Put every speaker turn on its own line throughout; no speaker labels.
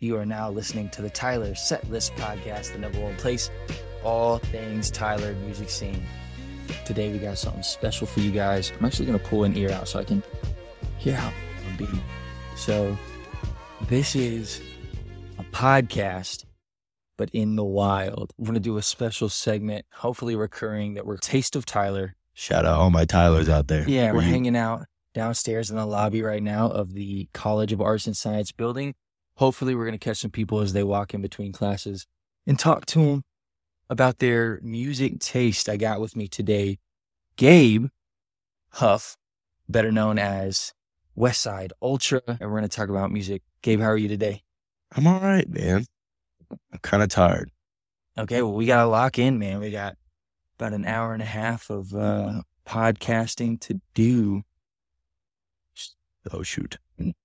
You are now listening to the Tyler Setlist Podcast, the number one place, all things Tyler music scene. Today we got something special for you guys. I'm actually gonna pull an ear out so I can hear how it would be. So this is a podcast, but in the wild. We're gonna do a special segment, hopefully recurring, that we're Taste of Tyler.
Shout out all my Tylers out there.
Yeah, we're
Where you-
hanging out downstairs in the lobby right now of the College of Arts and Science building. Hopefully, we're going to catch some people as they walk in between classes and talk to them about their music taste. I got with me today Gabe Huff, better known as Westside Ultra, and we're going to talk about music. Gabe, how are you today?
I'm all right, man. I'm kind of tired.
Okay, well, we got to lock in, man. We got about an hour and a half of uh, podcasting to do.
Oh, shoot.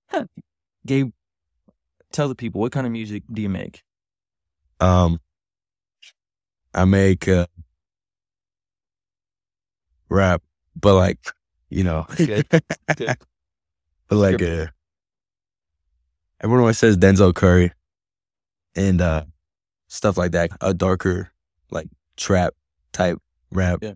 Gabe, tell the people what kind of music do you make?
Um, I make uh, rap, but like, you know,
Good. Good.
but like, uh, everyone always says Denzel Curry and uh, stuff like that. A darker, like, trap type rap.
Yeah.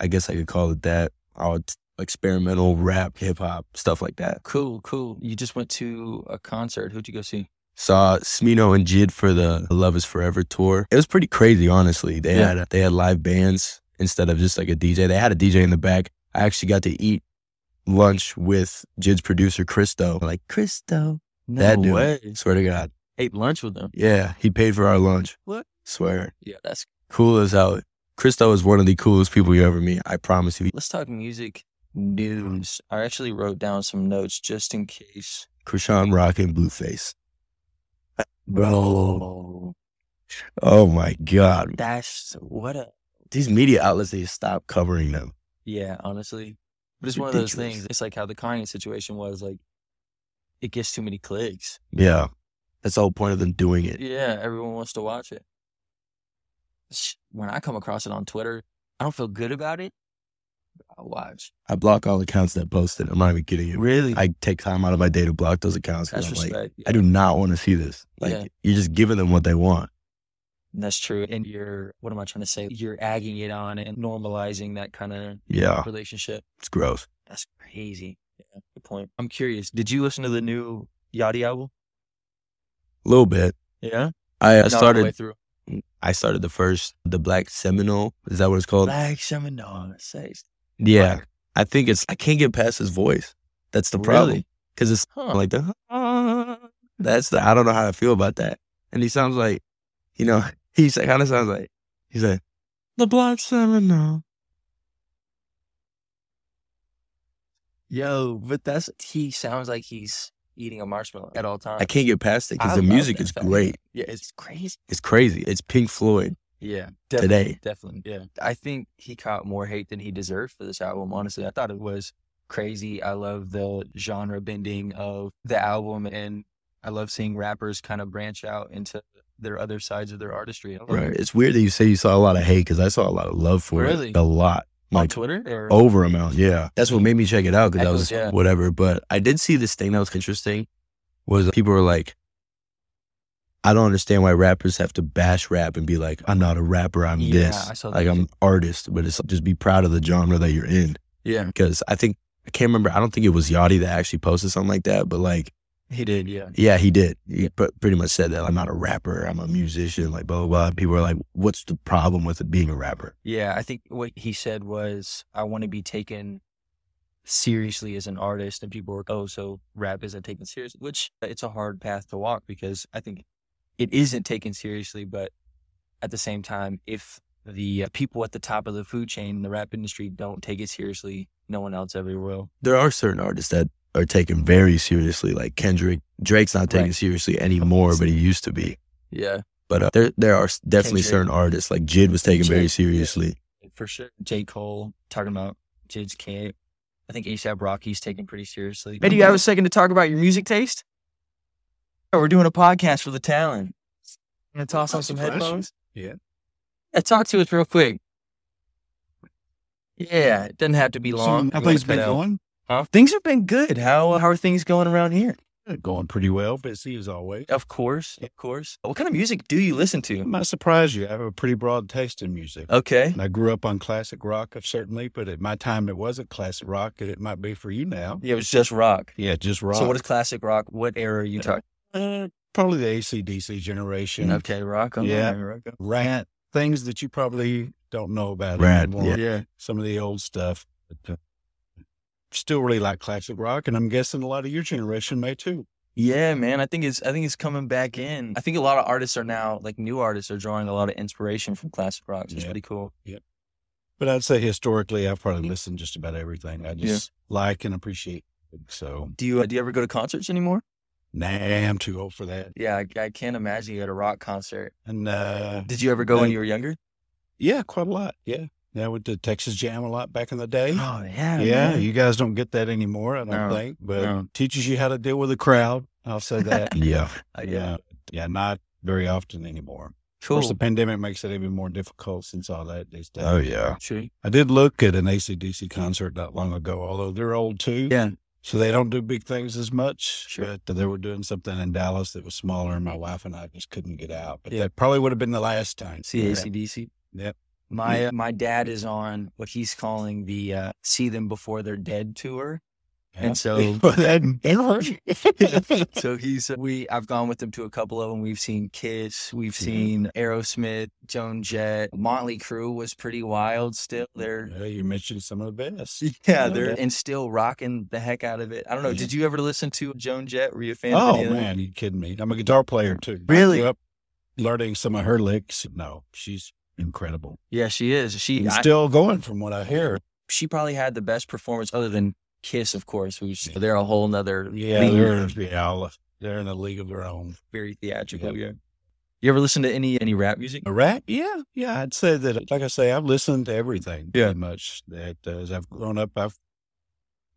I guess I could call it that. Or t- experimental rap, hip hop, stuff like that.
Cool, cool. You just went to a concert. Who'd you go see?
saw Smino and Jid for the Love Is Forever tour. It was pretty crazy, honestly. They
Yeah.
had they had live bands instead of just like a DJ. They had a DJ in the back. I actually got to eat lunch with Jid's producer Christo. Like Christo,
No
that dude. Swear to God,
Ate lunch with them.
yeah, he paid for our lunch.
What?
Swear,
Yeah, that's.
cool as hell. Christo is one of the coolest people you ever meet. I promise you.
Let's talk music news. I actually wrote down some notes just in case.
Krishan Rock and Blueface. Bro, oh my God,
that's what a.
these media outlets they stop covering them.
Yeah, honestly, but it's one of those
Ridiculous.
things. It's like how the Kanye situation was. Like, it gets too many clicks.
Yeah. That's the whole point of them doing it.
Yeah, everyone wants to watch it. Sh- When I come across it on Twitter, I don't feel good about it. But I'll watch.
I block all accounts that post it. I'm not even kidding you.
Really?
I take time out of my day to block those accounts. 'cause
That's
I'm like,
respect. yeah.
I do not want to see this. Like,
Yeah.
you're just giving them what they want.
And That's true. And you're, what am I trying to say? You're agging it on and normalizing that kind of
Yeah.
relationship.
It's gross.
That's crazy. Yeah, good point. I'm curious. Did you listen to the new Yachty album?
A little bit.
Yeah.
I, I
Not all the way
started,
through.
I started the first, the Black Seminole. Is that what it's called?
Black Seminole. says-
yeah. I think it's, I can't get past his voice. That's the problem.
Really?
Because it's
Huh.
I'm like the that's the I don't know how I feel about that. And he sounds like, you know, he's like kind of sounds like he's like the Black Seminole.
yo, but that's, he sounds like he's eating a marshmallow at all times.
I can't get past it
I
because the
love
music
that
is
fact.
great.
Yeah, it's crazy.
It's crazy. It's Pink Floyd
Yeah.
today.
Definitely. Yeah. I think he caught more hate than he deserved for this album. Honestly, I thought it was crazy. I love the genre bending of the album and I love seeing rappers kind of branch out into their other sides of their artistry. I love it.
Right. It's weird that you say you saw a lot of hate because I saw a lot of love for
Really?
it. A lot.
On
Like
Twitter or
over amount. Yeah. That's what made me check it out because I
Echoes,
was
yeah.
whatever. But I did see this thing that was interesting was people were like, I don't understand why rappers have to bash rap and be like, I'm not a rapper, I'm
Yeah,
this.
I saw that
like I'm
too.
an artist, but it's just be proud of the genre that you're in.
yeah,
Because I think I can't remember. I don't think it was Yachty that actually posted something like that, but like,
he did. Yeah.
yeah, he did. He pr- pretty much said that I'm not a rapper, I'm a musician, like blah blah blah. People are like, what's the problem with it being a rapper?
Yeah, I think what he said was, I want to be taken seriously as an artist. And people were, oh, so rap isn't taken seriously, which uh, it's a hard path to walk because I think it isn't taken seriously. But at the same time, if the uh, people at the top of the food chain in the rap industry don't take it seriously, no one else ever will.
there are certain artists that are taken very seriously, like Kendrick. Drake's not taken
Right.
seriously anymore, but he used to be.
Yeah,
But uh, there, there are s- definitely
Kendrick.
certain artists like Jid was taken very
Jid,
seriously.
for sure. J. Cole talking about Jid's camp. I think ASAP Rocky's taken pretty seriously. Maybe you have a second to talk about your music taste? Oh, We're doing a podcast for the talent. Gonna toss on some headphones.
Yeah.
Yeah, talk to us real quick. Yeah, it doesn't have to be long.
So, how
You wanna
things
cut
been
out-
going?
uh, Huh? Things have been good. How how are things going around here?
Going pretty well, busy as always.
Of course, of course. What kind of music do you listen
It
to?
might surprise you. I have a pretty broad taste in music.
Okay.
And I grew up on classic rock, certainly, but at my time it wasn't classic rock, and it might be for you now.
Yeah, it was just rock.
Yeah, just rock.
So what is classic rock? What era are you talking?
uh, probably the ACDC generation.
Okay, rock. on.
Yeah.
rock on.
Rant, things that you probably don't know about
Rant,
anymore.
yeah.
Some of the old stuff. But, uh, still really like classic rock, and I'm guessing a lot of your generation may too.
Yeah, man. I think it's I think it's coming back in. I think a lot of artists are now like new artists are drawing a lot of inspiration from classic rock. It's
Yeah.
pretty cool.
But I'd say historically, I've
Mm-hmm.
probably listened just about everything. I just like and appreciate. It. So,
Do you uh, do you ever go to concerts anymore?
nah, I'm too old for that.
Yeah, I, I can't imagine you at a rock concert.
And uh,
Did you ever go when
No.
you were younger?
yeah, quite a lot. Yeah, yeah, I went to Texas Jam a lot back in the day.
Oh, yeah,
Yeah,
man.
you guys don't get that anymore, I don't
No,
think. But
no.
teaches you how to deal with a crowd. I'll say that. yeah,
Uh,
yeah, yeah. Not very often anymore. Of
Cool.
course,
Oh,
the pandemic makes it even more difficult since all that these days.
yeah.
True.
I did look at an ACDC concert not long ago, although they're old too.
Yeah.
So they don't do big things as much.
Sure.
But they were doing something in Dallas that was smaller, and my wife and I just couldn't get out. But
Yeah.
that probably would have been the last time.
See ACDC.
Yep.
My uh, my dad is on what he's calling the uh, "See Them Before They're Dead" tour. And so-
that,
So he's uh, we I've gone with him to a couple of them. We've seen Kiss, we've
Yeah.
seen Aerosmith, Joan Jett, Motley Crue was pretty wild. Still, they're
Yeah, you mentioned some of the best.
yeah,
Yeah.
they're and still rocking the heck out of it. I don't know.
Yeah.
Did you ever listen to Joan Jett? Were you a fan? of
Oh
any of them?
man, you kidding me? I'm a guitar player too. I
Really?
grew up learning some of her licks. No, she's incredible.
yeah, she is. She
And
I-
still going from what I hear.
she probably had the best performance other than Kiss, of course. Who's they're a whole nother
Yeah,
league,
they're, yeah, all- they're in a league of their own.
very theatrical. Yeah. You ever listen to any any rap music?
A rap? Yeah, yeah. I'd say that. Like I say, I've listened to everything.
Yeah.
pretty much. That uh, as I've grown up, I've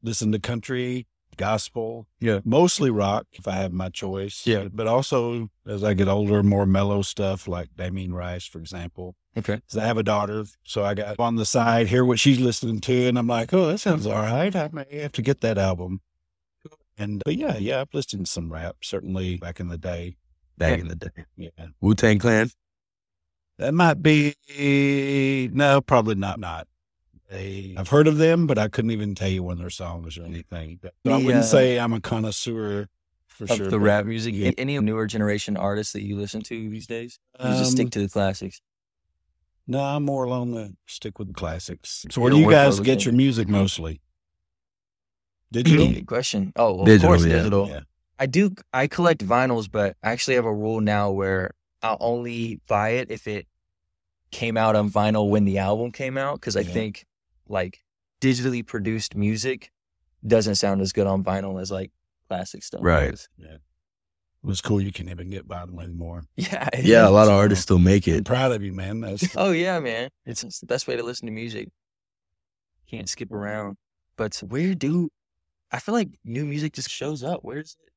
listened to country, gospel.
Yeah.
mostly rock if I have my choice.
Yeah.
but also as I get older, more mellow stuff like Damien Rice, for example.
Okay.
'Cause I have a daughter, so I got on the side, hear what she's listening to, and I'm like, oh, that sounds all right. I may have to get that album. And but yeah, yeah, I've listened to some rap certainly back in the day.
Back in the day.
Yeah,
Wu Tang Clan.
that might be no, probably not. Not. They, I've heard of them, but I couldn't even tell you one of their songs or anything. But I
The,
wouldn't
uh,
say I'm a connoisseur for
Of
sure.
the
but,
rap music,
Yeah.
any newer generation artists that you listen to these days, you just
um,
stick to the classics.
No, I'm more along the stick with the classics. So
You
where do
don't
you
work
guys
those
get
days.
your music mostly? Digital?
Good question. Oh, well,
Digital,
of course,
yeah.
digital.
Yeah.
I do. I collect vinyls, but I actually have a rule now where I'll only buy it if it came out on vinyl when the album came out because I
Yeah.
think like digitally produced music doesn't sound as good on vinyl as like classic stuff.
Right.
does.
It's cool you can even get by them anymore.
Yeah. it
Yeah, a
is.
lot of artists still make
I'm
it.
proud of you, man. That's
Oh yeah, man. It's, it's the best way to listen to music. Can't skip around. But where do I feel like new music just shows up? Where's it?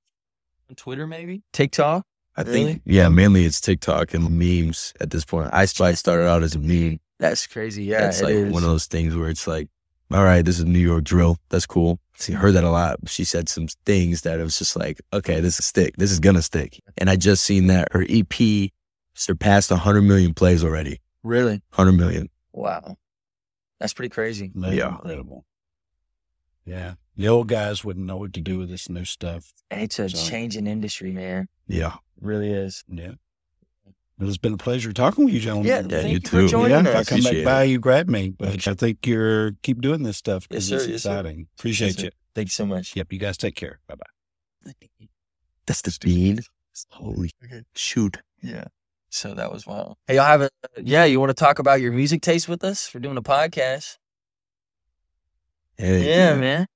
On Twitter maybe? TikTok?
I
Really?
think, yeah, mainly it's TikTok and memes at this point. Ice Spice started out as a meme.
That's crazy. Yeah,
That's
it
like
is.
one of those things where it's like, all right, this is New York drill. That's cool. She heard that a lot. She said some things that it was just like, okay, this is stick. This is gonna stick. And I just seen that her EP surpassed 100 million plays already.
Really?
100 million.
Wow. That's pretty crazy.
that's
Yeah.
incredible. Yeah. The old guys wouldn't know what to do with this new stuff.
It's a
So-
changing industry, man.
Yeah.
really is.
Yeah. But it's been a pleasure talking with you, gentlemen.
Yeah,
Yeah,
thank
you
you, for
too.
joining
Yeah, if I
us.
come
Appreciate
back
it.
by, you grab me. But I think you're keep doing this stuff
Yes,
because
sir.
it's
Yes, sir.
exciting. Appreciate
sir.
you.
Thank you so much.
Yep. You guys take care. Bye bye.
That's the bean. Holy shoot.
Yeah. So that was wild. Hey, y'all have a yeah. You want to talk about your music taste with us? We're doing a podcast.
Hey.
Yeah, man.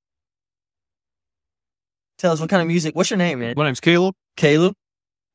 Tell us what kind of music. What's your name, man?
My name's Caleb.
Caleb.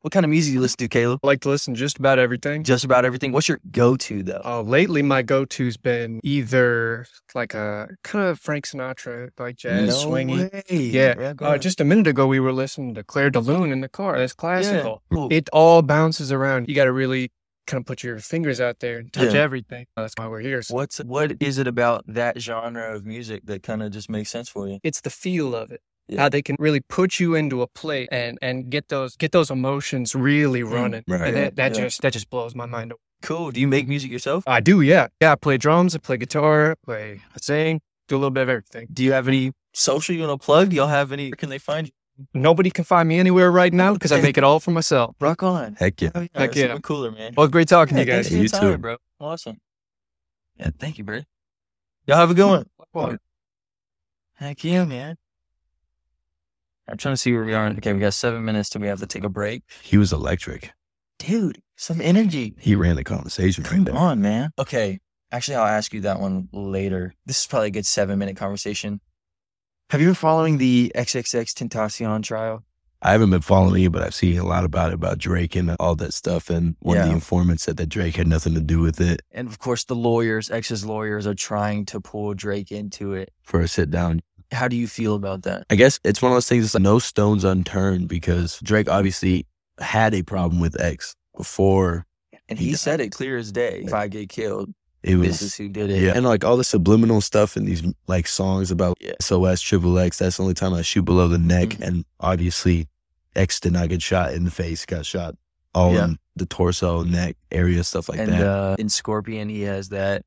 What kind of music you listen to, Caleb?
I like to listen to just about everything.
Just about everything. What's your go-to though?
Uh, lately, my go-to's been either like a kind of Frank Sinatra, like jazz, swingy. Yeah.
go
Uh,
ahead.
just a minute ago, we were listening to Claire de Lune in the car. That's classical.
Cool.
It all bounces around. You got to really kind of put your fingers out there and touch
Yeah.
everything. Uh, that's why we're here. So
What's what is it about that genre of music that kind of just makes sense for you?
it's the feel of it.
Yeah.
How they can really put you into a plate and and get those get those emotions really running.
right.
And that, that
Mm, Yeah.
just that just blows my mind. away.
Cool. Do you make music yourself?
I do, yeah, yeah. I play drums, I play guitar, I play, I sing, do a little bit of everything.
Do you have any social you want to plug? Do y'all have any? Where can they find you?
Nobody can find me anywhere right now because I make it all for myself.
Rock on.
Heck yeah.
Oh, yeah,
Heck
it's
yeah.
even cooler, man.
Well, great talking to you
Yeah,
guys.
thanks for your
You
time,
too.
bro. Awesome. Yeah, thank you, bro. Y'all have a good one. Heck yeah, man. I'm trying to see where we are. Okay, we got seven minutes till we have to take a break.
He was electric.
Dude, some energy.
He ran the conversation right
Come
there.
on, man. Okay. Actually, I'll ask you that one later. This is probably a good seven minute conversation. Have you been following the XXX Tentacion trial?
I haven't been following you, but I've seen a lot about it, about Drake and all that stuff. And one of
Yeah.
the informants said that Drake had nothing to do with it
And of course, the lawyers, X's lawyers, are trying to pull Drake into it.
for a sit down.
How do you feel about that?
I guess it's one of those things that's like no stones unturned because Drake obviously had a problem with X before
And
He
he
died.
said it clear as day. If I get killed,
it was.
this is who did it.
Yeah. And like all the subliminal stuff in these like songs about
Yeah.
SOS, Triple X, that's the only time I shoot below the neck.
Mhm.
And obviously, X did not get shot in the face, got shot all
Yeah.
in the torso, neck area, stuff like
and
that.
uh, in Scorpion, he has that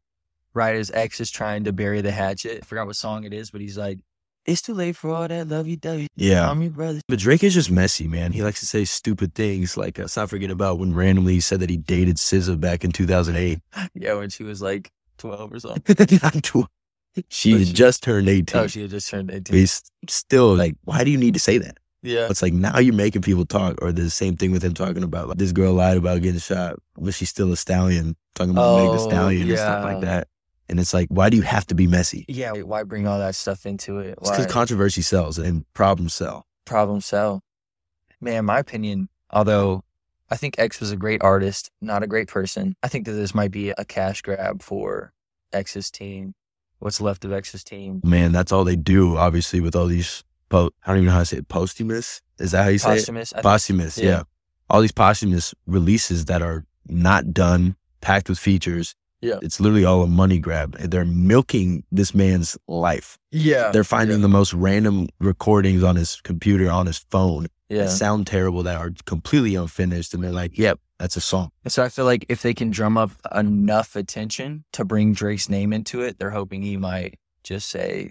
right as X is trying to bury the hatchet. I forgot what song it is, but he's like, "It's too late for all that love you do.
yeah.
I'm your brother."
But Drake is just messy, man. He likes to say stupid things. Like, uh, let's not forget about when randomly he said that he dated SZA back in 2008.
Yeah, when she was like twelve or something.
Not tw- she
But
had
she-
just turned 18.
oh, she had just turned
But
eighteen.
he's still like, why do you need to say that?
Yeah,
It's like now you're making people talk, or the same thing with him talking about like, this girl lied about getting shot, but she's still a stallion, talking about Meg the
Oh,
Stallion and stuff
yeah.
like that. And it's like, why do you have to be messy?
yeah. Why bring all that stuff into it?
It's because
Why?
controversy sells and problems sell.
problem sell. Man, in my opinion, although I think X was a great artist, not a great person, I think that this might be a cash grab for X's team, what's left of X's team.
Man, that's all they do, obviously, with all these, po- I don't even know how to say it, posthumous? Is that how you say it?
Posthumous. I think-
posthumous,
yeah.
yeah. All these posthumous releases that are not done, packed with features.
Yeah.
It's literally all a money grab. They're milking this man's life.
yeah.
They're finding the most random recordings on his computer, on his phone
Yeah.
that sound terrible, that are completely unfinished. And they're like, yep, that's a song.
And so I feel like if they can drum up enough attention to bring Drake's name into it, they're hoping he might just say,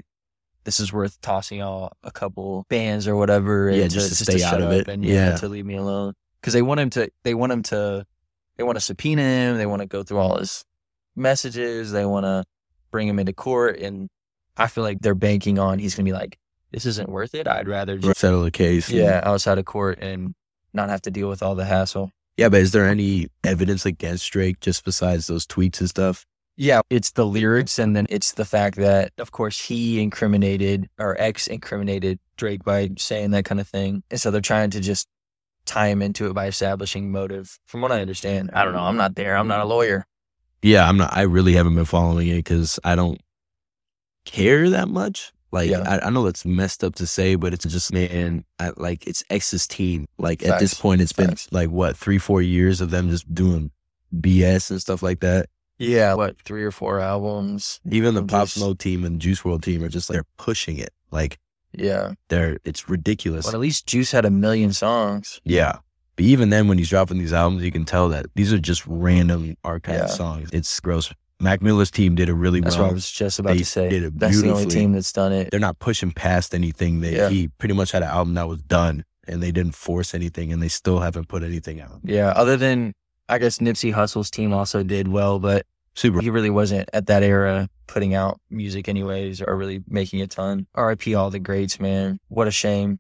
"This is worth tossing y'all a couple bands or whatever." and
Yeah, just to stay out
shut
of
up
it.
and yeah,
Yeah.
to leave me alone because they want him to. They want him to. They want to subpoena him. They want to go through all his messages. They want to bring him into court, and I feel like they're banking on he's gonna be like, "This isn't worth it. I'd rather just
Settle the case.
yeah outside of court and not have to deal with all the hassle."
Yeah, but is there any evidence against Drake just besides those tweets and stuff?
Yeah, it's the lyrics, and then it's the fact that, of course, he incriminated or ex incriminated Drake by saying that kind of thing. And so they're trying to just tie him into it by establishing motive. From what I understand, I don't know. I'm not there. I'm not a lawyer.
Yeah, I'm not. I really haven't been following it because I don't care that much. Like,
Yeah.
I, I know that's messed up to say, but it's just man, I, like it's X's team. Like at this
Facts.
point, it's
Facts.
been like what three, four years of them just doing BS and stuff like that.
Yeah. What, three or four albums?
Even the
I'm
Pop
just-
Smoke team and Juice World team are just like they're pushing it. Like
Yeah.
they're it's ridiculous.
Well, at least Juice had a million songs.
Yeah. But even then, when he's dropping these albums, you can tell that these are just random archive
Yeah.
songs. It's gross. Mac Miller's team did it really
That's
well.
what I was just about
they
to say.
did it
That's the only
beautifully.
team that's done it.
They're not pushing past anything. They
Yeah.
he pretty much had an album that was done, and they didn't force anything, and they still haven't put anything out.
Yeah. Other than, I guess, Nipsey Hussle's team also did well, but
Super.
he really wasn't at that era putting out music anyways or really making a ton. RIP all the greats, man. What a shame.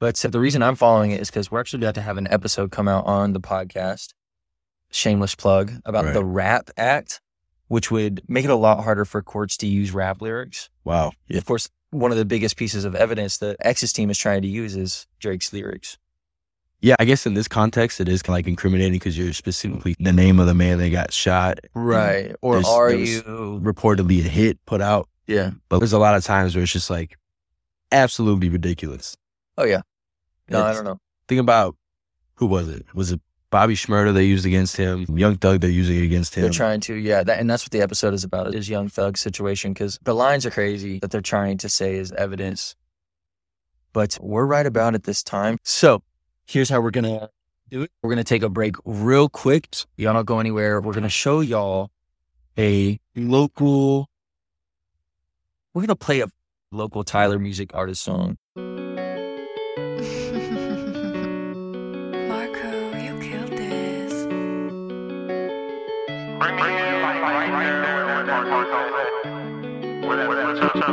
But so the reason I'm following it is because we're actually about to have an episode come out on the podcast, shameless plug, about
Right.
the Rap Act, which would make it a lot harder for courts to use rap lyrics.
Wow. Yeah.
Of course, one of the biggest pieces of evidence that X's team is trying to use is Drake's lyrics.
Yeah. I guess in this context, it is kind of like incriminating because you're specifically the name of the man that got shot.
Or
There's-
are
there was-
you?
Reportedly a hit put out,
Yeah.
but there's a lot of times where it's just like absolutely ridiculous.
Oh, yeah. No, I
It's-
don't know.
think about who was it? Was it Bobby Schmurda they used against him? Young Thug they're using against him.
They're trying to, yeah, that, and that's what the episode is about is Young Thug's situation because the lines are crazy that they're trying to say is evidence but we're right about at this time. So here's how we're going to do it. We're going to take a break real quick. Y'all don't go anywhere. We're going to show y'all a local, we're going to play a local Tyler music artist song.
Marco, you killed this.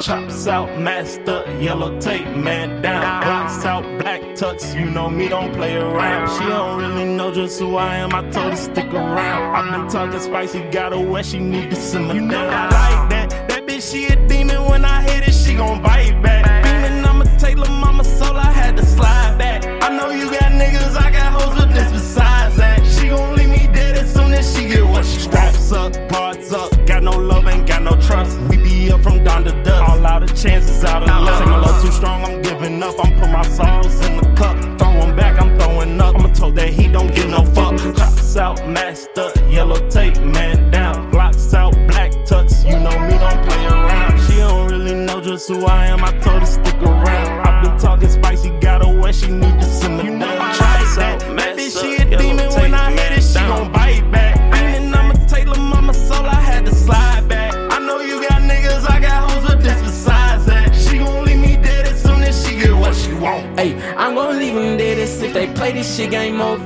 Chops out, master, yellow tape, man down. Blocks out, black tux, you know me, don't play around. She don't really know just who I am, I told her stick around. I've been talking spicy, got her wet, she need to simmer You know I like that, that bitch, she a demon, when I hit it, she gon' bite back. Demon, I'ma take lil' mama soul, I had to slide back. I know you got niggas, I got hoes, but this besides that. She gon' leave me dead as soon as she get what she straps up, parts up. Got no love, ain't got no trust. We be up from dawn to dusk. All out of chances, out of luck. Take my love too strong, I'm giving up. I'm put my sauce in the cup. Throwing back, I'm throwing up. I'ma told that he don't give no fuck. Chops out, master, yellow tape, man down. Blocks out, black tux. You know me, don't play around. She don't really know just who I am. I told her stick around. I've been talking spicy, got her wet. She need to simmer down. Chops out, master, she a demon when I hit it. She gon' bite back. Feeling I'ma take lil' mama soul. I had to slide back. I know you got niggas, I got hoes, but this besides that. She gon' leave me dead as soon as she get what she want.
Hey, I'm gonna leave them dead as if they play this shit game over.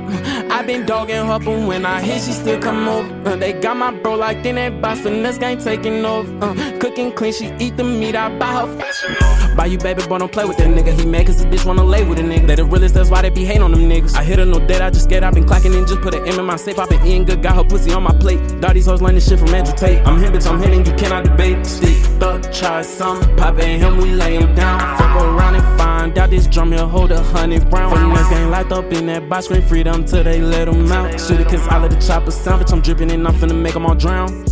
I been dogging her, but when I hit, she still come over. Uh, they got my bro like then that boss, the next game taking over. Uh, cooking clean, she eat the meat, I buy her. f- Buy you baby, but don't play with that nigga. He mad cause the bitch wanna lay with a nigga. They the realest, that's why they be hating on them niggas. I hit her no dead, I just scared. I been clocking in, just put an M in my safe. I been eating good, got her pussy on my plate. Dog these hoes learn this shit from Andrew Tate. I'm him, bitch, I'm hitting, you cannot debate. Stick, thug, try some. Pop ain't him, we lay him down. Fuck around and find out this drum here hold a hundred round. Finesse gang locked up in that box, scream freedom till they let him out. Shoot it, cause I let the chopper sound, bitch, I'm dripping and I'm finna make them all drown.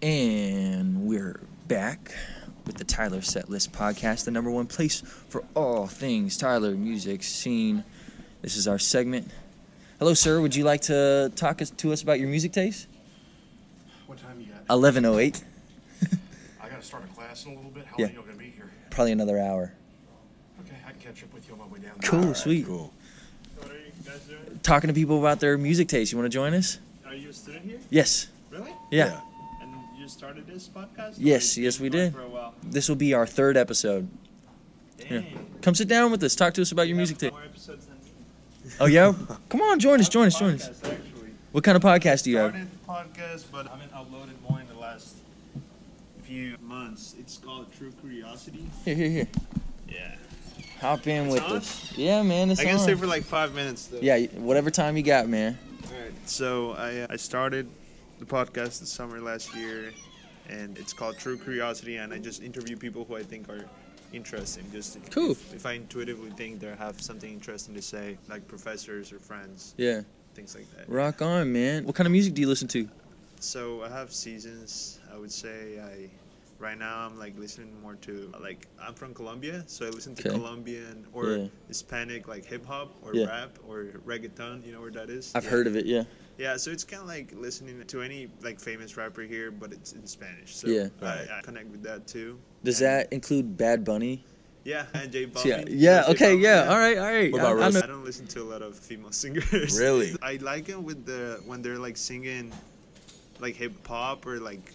And we're back with the Tyler Setlist podcast, the number one place for all things Tyler music scene. This is our segment. Hello, sir. Would you like to talk us- to us about your music taste?
What time you got?
1108,
I gotta start a class in a little bit. How
Yeah.
long y'all gonna be here?
probably another hour.
Okay, I can catch up with you on my way down. there.
Cool, sweet.
Cool.
What are you guys doing?
Talking to people about their music taste. You want to join us?
Are you a student here?
Yes.
Really?
Yeah.
And you started this podcast? or
Yes,
you've
yes, we
been going
did.
For a while.
This will be our third episode.
Dang.
Come sit down with us. Talk to us about your music
Have
taste.
More episodes than me.
Oh, yeah? Come on, join us, join us, join us.
Podcast, Actually,
What kind of podcast do you have?
started podcast, but I haven't uploaded one in the last few months. It's called True Curiosity.
Here, here, here.
Yeah.
Hop in
It's
with
on?
us. Yeah, man. It's
I can
on.
stay for like five minutes though.
Yeah, whatever time you got, man.
Alright, so I, uh, I started the podcast this summer last year, and it's called True Curiosity, and I just interview people who I think are interesting. Just if-
Cool.
if, if I intuitively think they have something interesting to say, like professors or friends,
Yeah,
things like that.
rock on, man. What kind of music do you listen to?
So I have seasons. I would say I right now I'm like listening more to like I'm from Colombia, so I listen to
Okay.
Colombian or
Yeah.
Hispanic like hip hop or
Yeah.
rap or reggaeton. You know where that is?
I've
Yeah.
heard of it. Yeah,
Yeah, so it's kind of like listening to any like famous rapper here, but it's in Spanish. So
Yeah.
I, I connect with that too.
does
And-
that include Bad Bunny?
Yeah, and J Balvin.
Yeah, yeah.
J
Okay,
Balvin,
yeah. All right, all right.
What about
I, I know-
I don't listen to a lot of female singers.
Really?
I like it with the when they're like singing, like hip hop or like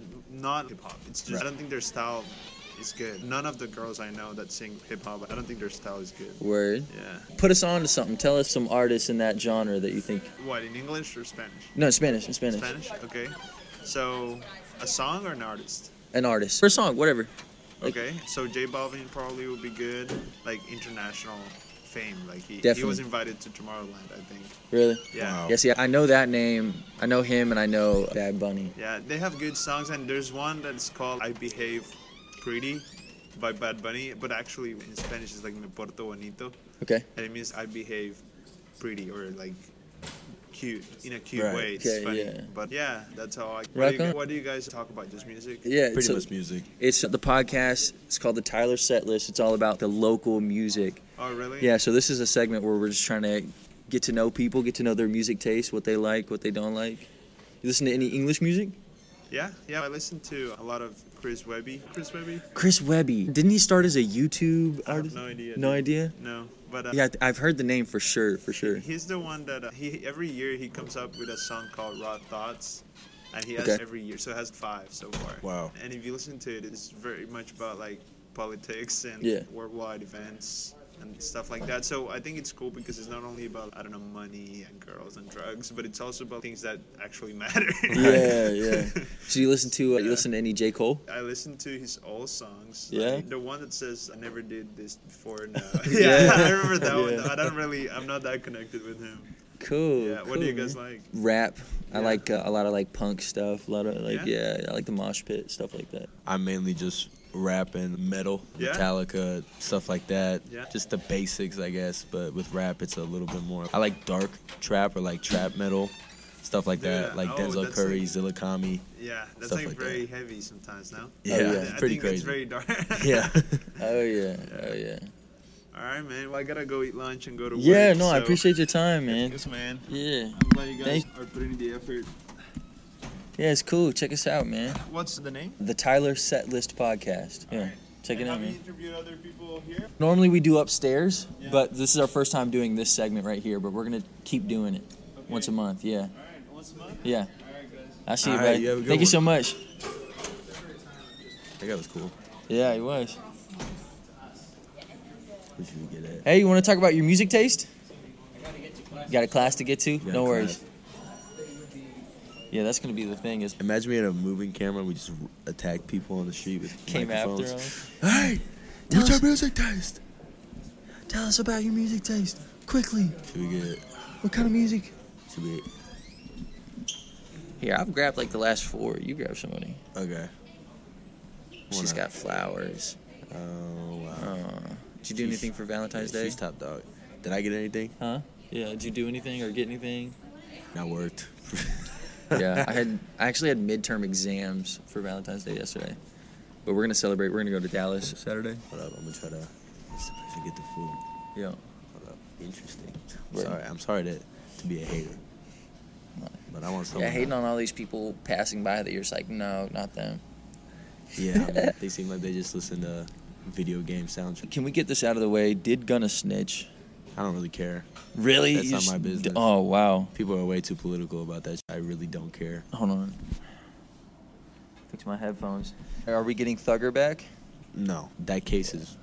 n- not hip hop. It's just I don't think their style is good. None of the girls I know that sing hip hop, I don't think their style is good.
Word.
Yeah.
Put us on to something. Tell us some artists in that genre that you think.
What in English or Spanish?
No, Spanish. In Spanish.
Spanish. Okay. So, a song or an artist?
An artist. Or a song, whatever. Like-
Okay, so J Balvin probably would be good, like international fame. Like he, he was
Definitely.
invited to Tomorrowland, I think.
Really?
Yeah,
Wow.
Yeah. See, I know that name. I know him, and I know Bad Bunny.
yeah, they have good songs, and there's one that's called "I Behave Pretty" by Bad Bunny, but actually in Spanish it's like "Me porto bonito,"
Okay.
and it means "I behave pretty" or like cute in a cute
Right.
way. It's
Okay,
funny,
yeah.
but yeah, that's how I. What,
Rock
do you, gu-
on.
what do you guys talk about? Just music?
Yeah.
Pretty
so
much music.
It's the podcast. It's called the Tyler Set List. It's all about the local music.
Oh, really?
Yeah, so this is a segment where we're just trying to get to know people, get to know their music taste, what they like, what they don't like. You listen to any English music?
Yeah, yeah. I listen to a lot of Chris Webby. Chris Webby?
Chris Webby. Didn't he start as a YouTube
I have
artist?
no idea.
No idea?
No, but uh,
Yeah, I- I've heard the name for sure, for sure.
He's the one that uh, he every year he comes up with a song called Raw Thoughts, and he has
Okay.
every year, so it has five so far.
Wow.
And if you listen to it, it's very much about like politics and
Yeah.
worldwide events and stuff like that. So I think it's cool because it's not only about I don't know money and girls and drugs, but it's also about things that actually matter.
Yeah, yeah. So you listen to uh, you
Yeah.
listen to any J Cole?
I listen to his old songs.
Yeah?
Like, the one that says I never did this before now.
Yeah.
yeah, I remember that one.
Yeah.
though. I don't really I'm not that connected with him.
Cool.
Yeah. what do you
cool,
guys
man.
like?
Rap. I
Yeah.
like uh, a lot of like punk stuff. A lot of like yeah.
Yeah?
I like the mosh pit stuff like that.
I mainly just rap and metal,
Yeah?
Metallica, stuff like that.
Yeah.
Just the basics, I guess. But with rap, it's a little bit more. I like dark trap or like trap metal, stuff like that.
Yeah.
Like
Oh,
Denzel
that's
Curry,
like-
Zilla Kami.
Yeah, that's
Stuff
like,
like
very heavy sometimes now.
Yeah,
yeah,
I,
it's
I
pretty
think it's
crazy.
very dark.
Yeah.
Oh yeah. Oh yeah.
All right, man. Well, I gotta go eat lunch and go to work.
Yeah. No, I
so-
appreciate your time, man.
Yes, man.
Yeah.
I'm glad you guys
Thank-
are putting the effort.
Yeah, it's cool. Check us out, man.
What's the name?
The Tyler Setlist Podcast. Yeah. Check it
And
out,
have you
man.
interviewed other people here?
Normally we do upstairs,
Yeah.
but this is our first time doing this segment right here. But we're gonna keep doing it once a month. Yeah.
All right, once a month.
Yeah.
All right, guys.
I see you,
All right,
buddy.
you have a
Thank
good
you
one.
so much.
I think that was cool.
Yeah, he was.
What should we get at?
Hey, you want to talk about your music taste? You got a class to get to?
got
No
a
worries. Yeah, that's gonna be the thing. Is
Imagine we had a moving camera and we just attacked people on the street with
came after
microphones.
him.
Hey,
Tell
what's your
us-
music taste?
Tell us about your music taste quickly.
Should we get?
What kind of music?
Should we?
Here, I've grabbed like the last four. You grab somebody.
Okay.
She's
Wanna-
got flowers.
Oh wow.
Uh, did you do
She's-
anything for Valentine's
Yeah,
Day?
She's top dog. Did I get anything?
Huh? Yeah. Did you do anything or get anything?
Not worked.
yeah, I had I actually had midterm exams for Valentine's Day yesterday, but we're gonna celebrate. We're gonna go to Dallas Saturday.
Hold up, I'm gonna try to. What's the place to get the food?
Yeah.
Hold up. Interesting. I'm
Right.
sorry. I'm sorry to to be a hater. But I want someone.
Yeah, hating on all these people passing by that you're just like, no, not them.
Yeah, I mean, they seem like they just listen to video game soundtrack.
Can we get this out of the way? Did Gunna snitch?
I don't really care.
Really?
That's
You
not
just-
my business.
Oh wow.
People are way too political about that. I really don't care.
Hold on. Fix my headphones. Are we getting Thugger back?
No, that case is.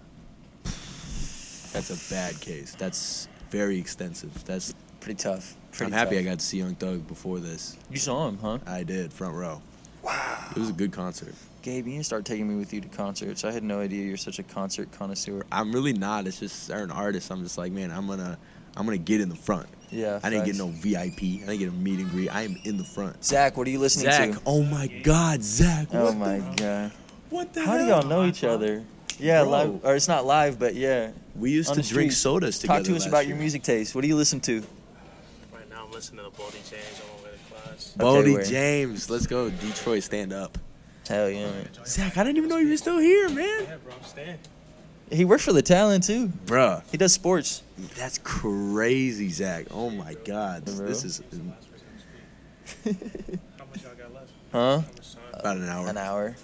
That's a bad case. That's very extensive. That's.
Pretty tough. Pretty
I'm happy I
tough.
got to see Young Thug before this.
You saw him, huh?
I did front row. Wow. It was a good concert.
Gabe, you need to start taking me with you to concerts. I had no idea you're such a concert connoisseur.
I'm really not. It's just certain artists. I'm just like, man, I'm gonna, I'm gonna get in the front.
Yeah.
I didn't get
facts.
no VIP. I didn't get a meet and greet. I am in the front.
Zach, what are you listening
Zach,
to?
oh my God, Zach.
Oh
what
my
The,
god.
what the
How do
hell?
y'all know each other? Yeah,
Bro.
live or it's not live, but yeah.
We used
On
to
the
drink
streets.
sodas together.
Talk to us
last
about your
year.
music taste. What do you listen to?
Right now, I'm listening to the Boldy James on my way to class.
Bodie
where-
James, let's go. Detroit, stand up.
Hell yeah. man.
Zach, I didn't even know you were still here, man.
Yeah, bro, I'm staying.
He worked for the talent too.
Bruh,
He does sports.
that's crazy, Zach. Oh my God,
Bro.
this is
How much y'all got left?
Huh?
How much time?
about an hour.
An hour.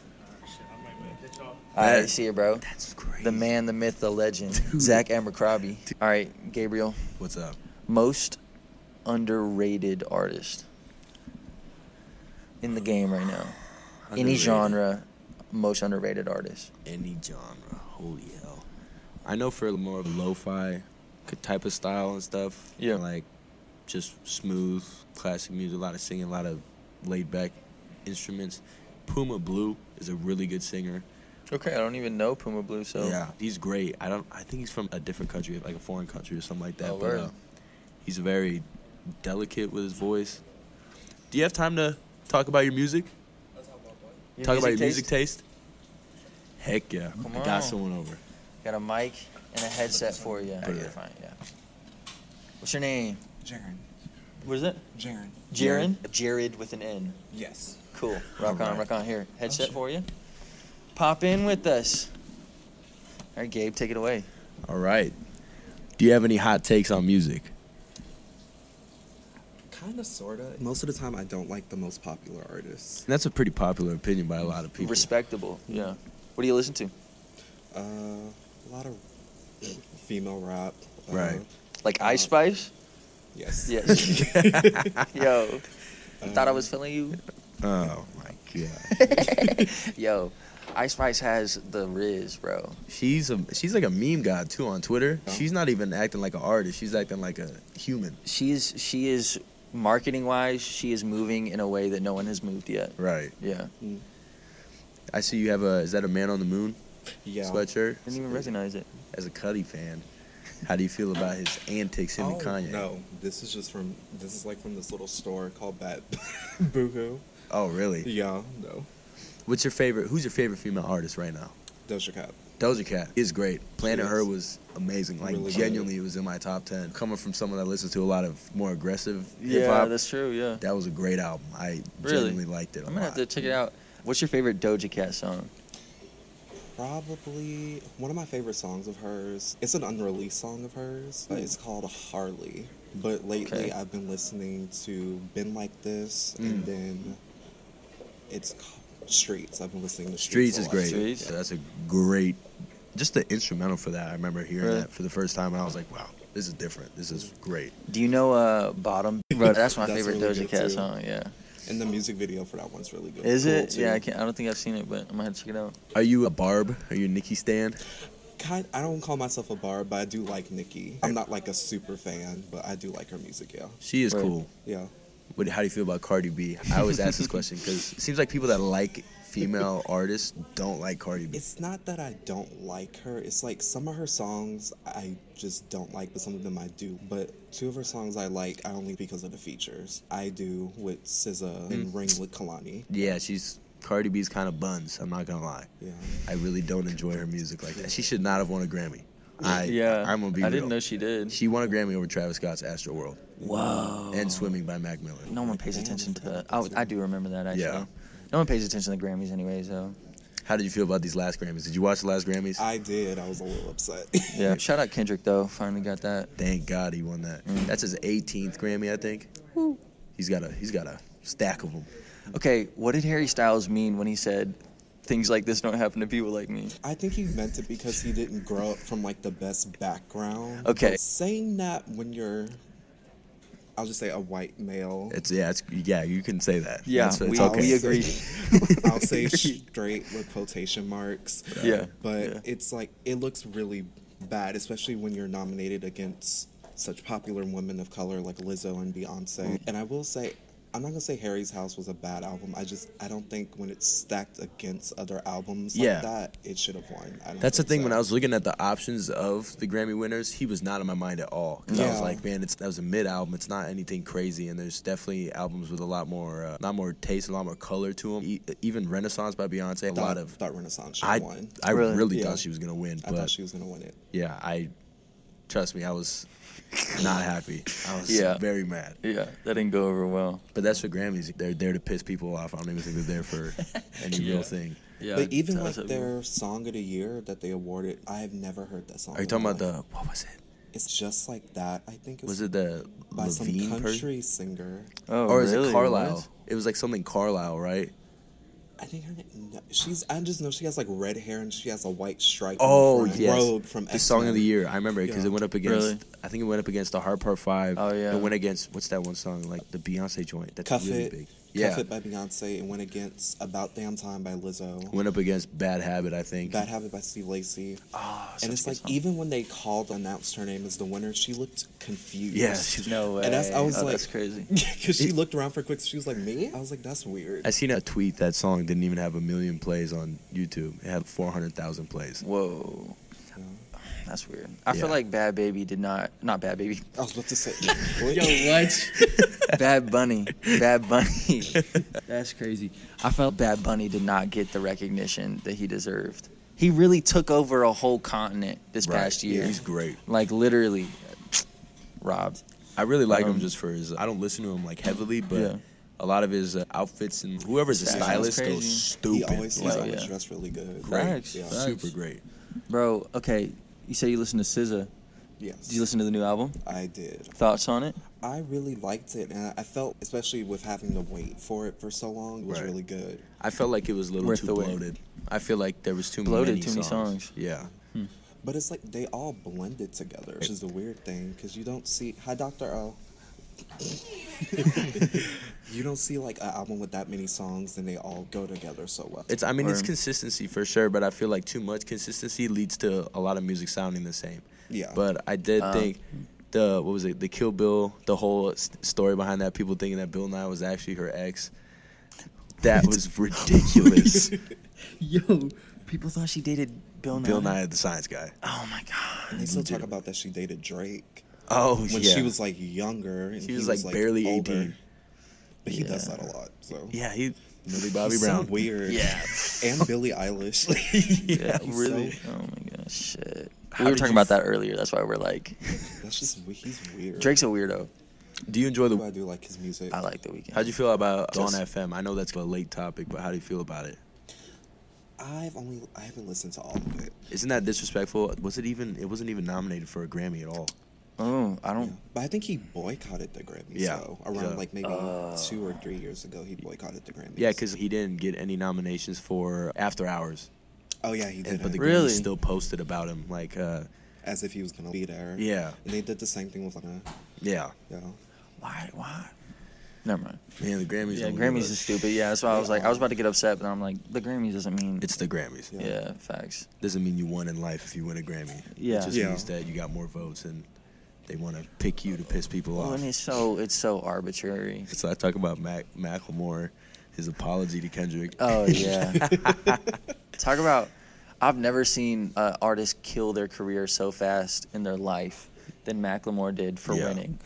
Shit, I might be able to y'all.
I
That-
see you, bro.
That's crazy.
The man, the myth, the legend. Zach Abercrombie. All right, Gabriel.
What's up?
Most underrated artist in the game right now. Any
Underrated.
genre, most underrated artist.
any genre. Holy hell! I know for more of lo-fi k- type of style and stuff.
Yeah.
like just smooth classic music. A lot of singing, a lot of laid-back instruments. Puma Blue is a really good singer.
Okay, I don't even know Puma Blue, so
yeah, he's great. I don't. I think he's from a different country, like a foreign country or something like that.
Oh,
but
word.
uh, he's very delicate with his voice. Do you have time to talk about your music? talk about your music taste? Heck yeah!
Come
I got
on.
someone over.
Got a mic and a headset for you.
Put it
you're
in.
fine, yeah. What's your name?
Jaren.
What is it?
Jaren.
Jaron? Jared with an N.
Yes. Oh,
Cool. Rock on,
Alright.
rock on. Here, headset for you. Pop in with us. All right, Gabe, take it away.
All right. Do you have any hot takes on music?
Kinda, sorta. Most of the time, I don't like the most popular artists.
That's a pretty popular opinion by a lot of people.
Respectable. Yeah. What do you listen to?
Uh, a lot of female rap. uh,
Right.
Like Ice Spice?
Yes.
Yes. Yo. I thought I
Um,
was feeling you.
Oh my god.
Yo. Ice Spice has the Riz, bro.
She's a she's like a meme god too on Twitter. She's not even acting like an artist. She's acting like a human.
She is she is marketing wise, she is moving in a way that no one has moved yet.
Right. Mm.
Yeah.
I see you have a is that a man on the moon?
Yeah.
Sweatshirt.
Didn't even recognize it.
As a Cuddy fan, how do you feel about his antics him
Oh,
and Kanye?
No, this is just from this is like from this little store called Bat Boohoo.
Oh really?
Yeah, no.
What's your favorite? Who's your favorite female artist right now?
Doja Cat.
Doja Cat is great. Planet
She
Her
is.
was amazing. Like
Really good.
genuinely, it was in my top ten. Coming from someone that listens to a lot of more aggressive
Yeah,
hip hop,
that's true, yeah.
that was a great album. I
Really?
genuinely liked it.
I'm
A
gonna have
lot.
to check it out. What's your favorite Doja Cat song?
Probably one of my favorite songs of hers. It's an unreleased song of hers. but It's called Harley. But lately
Okay.
I've been listening to Been Like This
Mm.
and then it's called Streets. I've been listening to Streets.
Streets
a
is
lot.
great. Yeah, that's a great, just the instrumental for that. I remember hearing
Really?
that for the first time, and I was like, wow, this is different. This is great.
Do you know uh Bottom? Bro, that's my favorite
really
Doja
good,
Cat
too.
song, yeah.
And the music video for that one's really good.
Is
Cool,
it?
too.
Yeah, I can't I don't think I've seen it, but I'm gonna have to check it out.
Are you a Barb? Are you a Nicki stan?
Kind, I don't call myself a barb, but I do like Nicki. I'm not like a super fan, but I do like her music. Yeah.
She is cool.
Yeah.
What, how do you feel about Cardi B? I always ask this question because it seems like people that like female artists don't like Cardi B.
It's not that I don't like her. It's like some of her songs I just don't like, but some of them I do. But two of her songs I like, I only because of the features. I do with SZA and
Mm.
Ring with Kalani.
Yeah, she's Cardi B's kind of buns. I'm not gonna lie.
Yeah.
I really don't enjoy her music like that. She should not have won a Grammy. I,
Yeah,
I'm gonna be.
I didn't
real.
know she did.
She won a Grammy over Travis Scott's Astro World.
Wow.
And Swimming by Mac Miller.
No one pays attention to that. Oh, I do remember that actually.
Yeah.
No one pays attention to the Grammys anyways, though.
How did you feel about these last Grammys? Did you watch the last Grammys?
I did. I was a little upset.
Yeah. Shout out Kendrick though. Finally got that. Mm.
Thank God he won that. That's his 18th Grammy, I think. He's got a he's got a stack of them.
Okay, what did Harry Styles mean when he said things like this don't happen to people like me?
I think he meant it because he didn't grow up from like the best background.
Okay.
But saying that when you're, I'll just say a white male.
It's yeah, it's yeah. You can say that.
Yeah,
That's- it's
we-
okay.
we agree.
I'll say straight with quotation marks.
Yeah,
But it's like it looks really bad, especially when you're nominated against such popular women of color like Lizzo and Beyonce. And I will say I'm not gonna say Harry's House was a bad album. I just I don't think when it's stacked against other albums like
Yeah.
that, it should have won. I don't
That's the thing.
think
When
so.
I was looking at the options of the Grammy winners, he was not in my mind at all. 'Cause I was
Yeah.
like, man, it's that was a mid album. It's not anything crazy, and there's definitely albums with a lot more, uh, lot more taste, a lot more color to them. E- even Renaissance by Beyonce, a
Thought-
lot of.
thought Renaissance should
I
have won.
I really,
Yeah.
thought she was gonna win,
I
but
thought she was gonna win it.
yeah, I trust me, I was not happy. I was
Yeah.
very mad.
Yeah, that didn't go over well.
But that's for Grammys. They're there to piss people off. I don't even think they're there for any
Yeah.
real thing.
but even like their song of the year that they awarded, I have never heard that song.
Are you
in
talking
my
about
life.
the what was it?
It's just like that. I think. It
Was
was,
it the
by
Levine
some
person?
country singer?
or is it Carlisle? It was like something Carlisle, right?
I think her name. No, she's. I just know she has like red hair and she has a white stripe. on
Oh
the front.
yes,
robe from
the song of the
X-Men.
year. I remember it because
Yeah.
it went up against. I think it went up against the Hard Part Five.
Oh, yeah.
It went against what's that one song like the Beyonce joint that's
Cuff
really
it.
big.
Cuff
Yeah,
it by Beyonce and went against About Damn Time by Lizzo.
went up against Bad Habit. I think.
Bad Habit by Steve Lacy.
Ah, such
and
a
it's
good
like even when they called announced her name as the winner, she looked confused.
Yeah, she was-
No
And that's, I
way.
was
Oh,
like,
that's crazy.
Because she looked around for a quick. She was like, me. I was like, that's weird.
I seen a tweet that song didn't even have a million plays on YouTube. It had four hundred thousand plays.
Whoa. That's weird. I
Yeah.
feel like Bad Baby did not, not Bad Baby.
I was about to say.
what? Bad Bunny. Bad Bunny. That's crazy. I felt Bad Bunny did not get the recognition that he deserved. He really took over a whole continent this
Right.
past year.
He's great.
Like literally, robbed.
I really like him
Um,
just for his. I don't listen to him like heavily, but
Yeah.
a lot of his uh, outfits and whoever's the
Fashion's
stylist
crazy.
goes
He
stupid.
always, he's
Like,
always
yeah.
dressed really good.
Great.
Facts,
Yeah.
facts.
Super great.
Bro, okay, you say you listen to SZA.
Yes.
Did you listen to the new album?
I did.
Thoughts on it?
I really liked it, and I felt, especially with having to wait for it for so long, it was
Right.
really good.
I felt like it was a little
Worth
too
the wait.
bloated. I feel like there was too
Bloated,
many
too many
songs.
songs.
Yeah.
But it's like they all blended together, which is a weird thing because you don't see. Hi, Doctor O. you don't see like an album with that many songs, and they all go together so well.
It's I mean it's
Or-
consistency for sure, but I feel like too much consistency leads to a lot of music sounding the same.
Yeah.
But I did
Uh,
think the what was it the Kill Bill the whole s- story behind that people thinking that Bill Nye was actually her ex. That was ridiculous.
Yo, people thought she dated Bill Nye.
Bill Nye the Science Guy.
Oh my god.
And they still talk about that she dated Drake.
Oh
when
yeah.
she was like younger, and
She
he
was, like, barely
older.
18.
But he does
Yeah.
that a lot. So
yeah, he Millie
He's
Bobby
so
Brown.
weird.
Yeah.
and Billie Eilish.
Yeah,
He's so-
really. oh my gosh, shit.
How
We were
did
talking
you
about that earlier. That's why we're like,
that's just we- he's weird.
Drake's a weirdo.
Do you enjoy
That's why I
the
do like his music.
I like the weekend.
How'd you feel about Dawn
Just-
FM? I know that's a late topic, but how do you feel about it?
I've only I haven't listened to all of it,
Isn't that disrespectful? Was it even it wasn't even nominated for a Grammy at all?
Oh, I don't.
but I think he boycotted the Grammys.
Yeah.
though. around
Yeah.
like maybe two or three years ago, he boycotted the Grammys.
Yeah, because he didn't get any nominations for After Hours,
oh yeah, he
and,
did.
but the
it.
Grammys
Really?
still posted about him. Like, uh,
as if he was gonna be there.
yeah,
and they did the same thing with Lana.
yeah,
Yeah,
Why? Why? Never mind.
man, the Grammys.
Yeah,
don't
Grammys
give a-
is stupid. Yeah, that's why I was like, I was about to get upset, but then I'm like, the Grammys doesn't mean.
It's the Grammys.
Yeah.
yeah, facts.
Doesn't mean you won in life if you win a Grammy.
Yeah.
it just
Yeah.
means that you got more votes and they want to pick you to piss people
Well,
off.
and it's so it's so arbitrary.
So I talk about Mac Macklemore, his apology to Kendrick.
Oh yeah. Talk about I've never seen an artist kill their career so fast in their life than Macklemore did for
Yeah.
winning.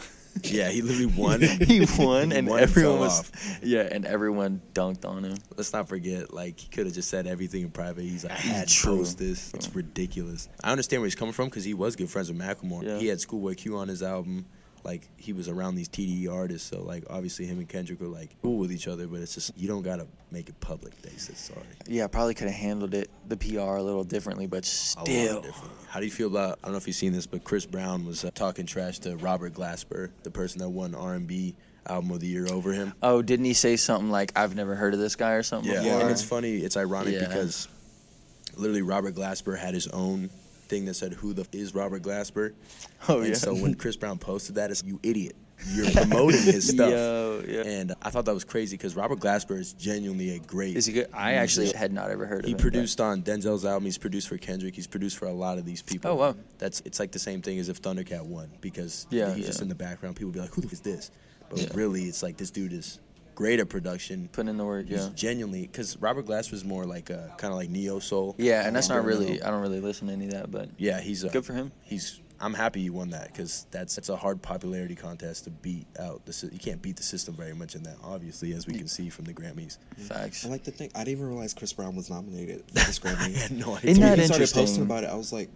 yeah, he literally won. and
he won
He
and
won and
everyone
fell
was
off.
yeah, and everyone dunked on him.
let's not forget, like he could have just said everything in private. He's like, I had to
True.
post this. It's ridiculous. I understand where he's coming from because he was good friends with Macklemore.
Yeah.
He had Schoolboy Q on his album. Like he was around these TDE artists, so like obviously him and Kendrick were like cool with each other. But it's just you don't gotta make it public. They said sorry.
Yeah, probably could have handled it the PR a little differently, but
A lot
still.
differently. How do you feel about? I don't know if you've seen this, but Chris Brown was uh, talking trash to Robert Glasper, the person that won R&B album of the year over him.
Oh, didn't he say something like I've never heard of this guy or something
Yeah,
before?
and it's funny. It's ironic
Yeah.
because literally Robert Glasper had his own thing that said, "Who the f- is Robert Glasper?"
oh
and
yeah.
so when Chris Brown posted that, it's you idiot. You're promoting his stuff.
Yo, yeah.
And I thought that was crazy because Robert Glasper is genuinely a great.
Is he good? I actually had not ever heard of
He
him, but-
produced on Denzel's album. He's produced for Kendrick. He's produced for a lot of these people.
Oh, wow.
That's it's like the same thing as if Thundercat won because
Yeah,
he's just
yeah.
in the background. People be like, "Who the f- is this?" But
Yeah.
really, it's like this dude is great at production.
putting in the work,
He's
yeah.
genuinely because Robert Glass was more like a kind of like neo soul.
Yeah, and that's not really I don't really listen to any of that, but
Yeah, he's a,
Good for him.
He's I'm happy he won that because that's it's a hard popularity contest to beat out the sy- you can't beat the system very much in that obviously as we can see from the Grammys.
facts.
I like to think I didn't even realize Chris Brown was nominated for this Grammy.
I had no idea.
Isn't
When
that
he started
interesting?
posting about it, I was like,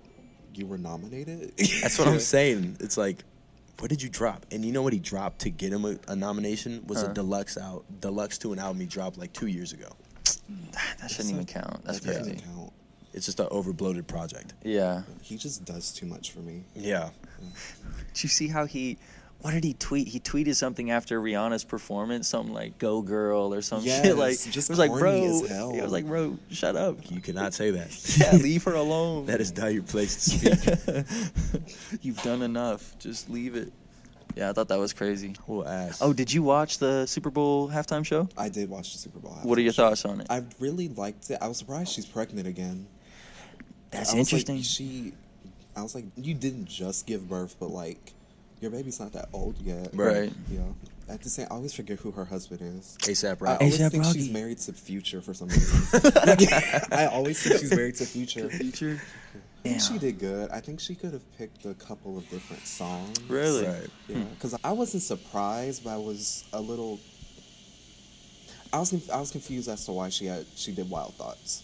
"You were nominated."
That's what I'm saying. It's like, what did you drop? And you know what he dropped to get him a, a nomination
Uh-huh.
was a deluxe out deluxe to an album he dropped like two years ago.
That shouldn't even count. That's
That doesn't
crazy.
count.
It's just an overbloated project.
Yeah.
He just does too much for me.
Yeah,
Did you see how he? What did he tweet? He tweeted something after Rihanna's performance, something like "Go Girl" or some shit.
Yes,
Like it
just
was like,
corny
bro,
as hell.
it was like, bro, shut up.
you cannot say that.
Yeah, leave her alone.
That is not your place to speak.
You've done enough. Just leave it. Yeah, I thought that was crazy.
We'll ask.
Oh, did you watch the Super Bowl halftime show?
I did watch the Super Bowl. halftime
What are your
show.
thoughts on it?
I really liked it. I was surprised she's pregnant again.
That's
I was like,
interesting.
she, I was like, you didn't just give birth, but like, your baby's not that old yet,
Right.
You know. At the same, I always forget who her husband is.
ASAP
I
Rocky.
always
A$AP
think she's
Rocky.
married to Future for some reason. Like, I always think she's married to Future.
Feature.
I think she
Damn.
did good. I think she could have picked a couple of different songs.
Really?
Right.
Because I wasn't surprised, but I was a little. I was conf- I was confused as to why she had she did Wild Thoughts.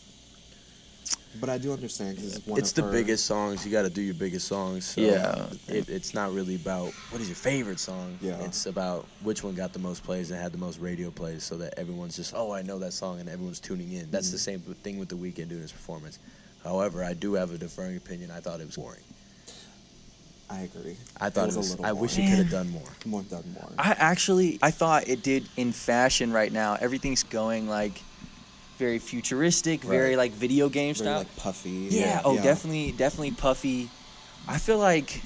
But I do understand because it's one
It's
of
the
her-
biggest songs. You got to do your biggest songs. So
Yeah.
It, it's not really about what is your favorite song.
Yeah.
It's about which one got the most plays and had the most radio plays, so that everyone's just oh I know that song and everyone's tuning in. That's the same
Mm-hmm.
thing with the weekend doing his performance. However, I do have a differing opinion. I thought it was boring.
I agree.
I thought
was
it
a
was-
little
I
more.
wish it coulda done more.
More done more.
I actually I thought it did in fashion right now. Everything's going like very futuristic, very
Right.
like video game
Very,
style.
like, puffy.
Yeah.
Yeah.
Oh,
Yeah.
definitely, definitely puffy. I feel like.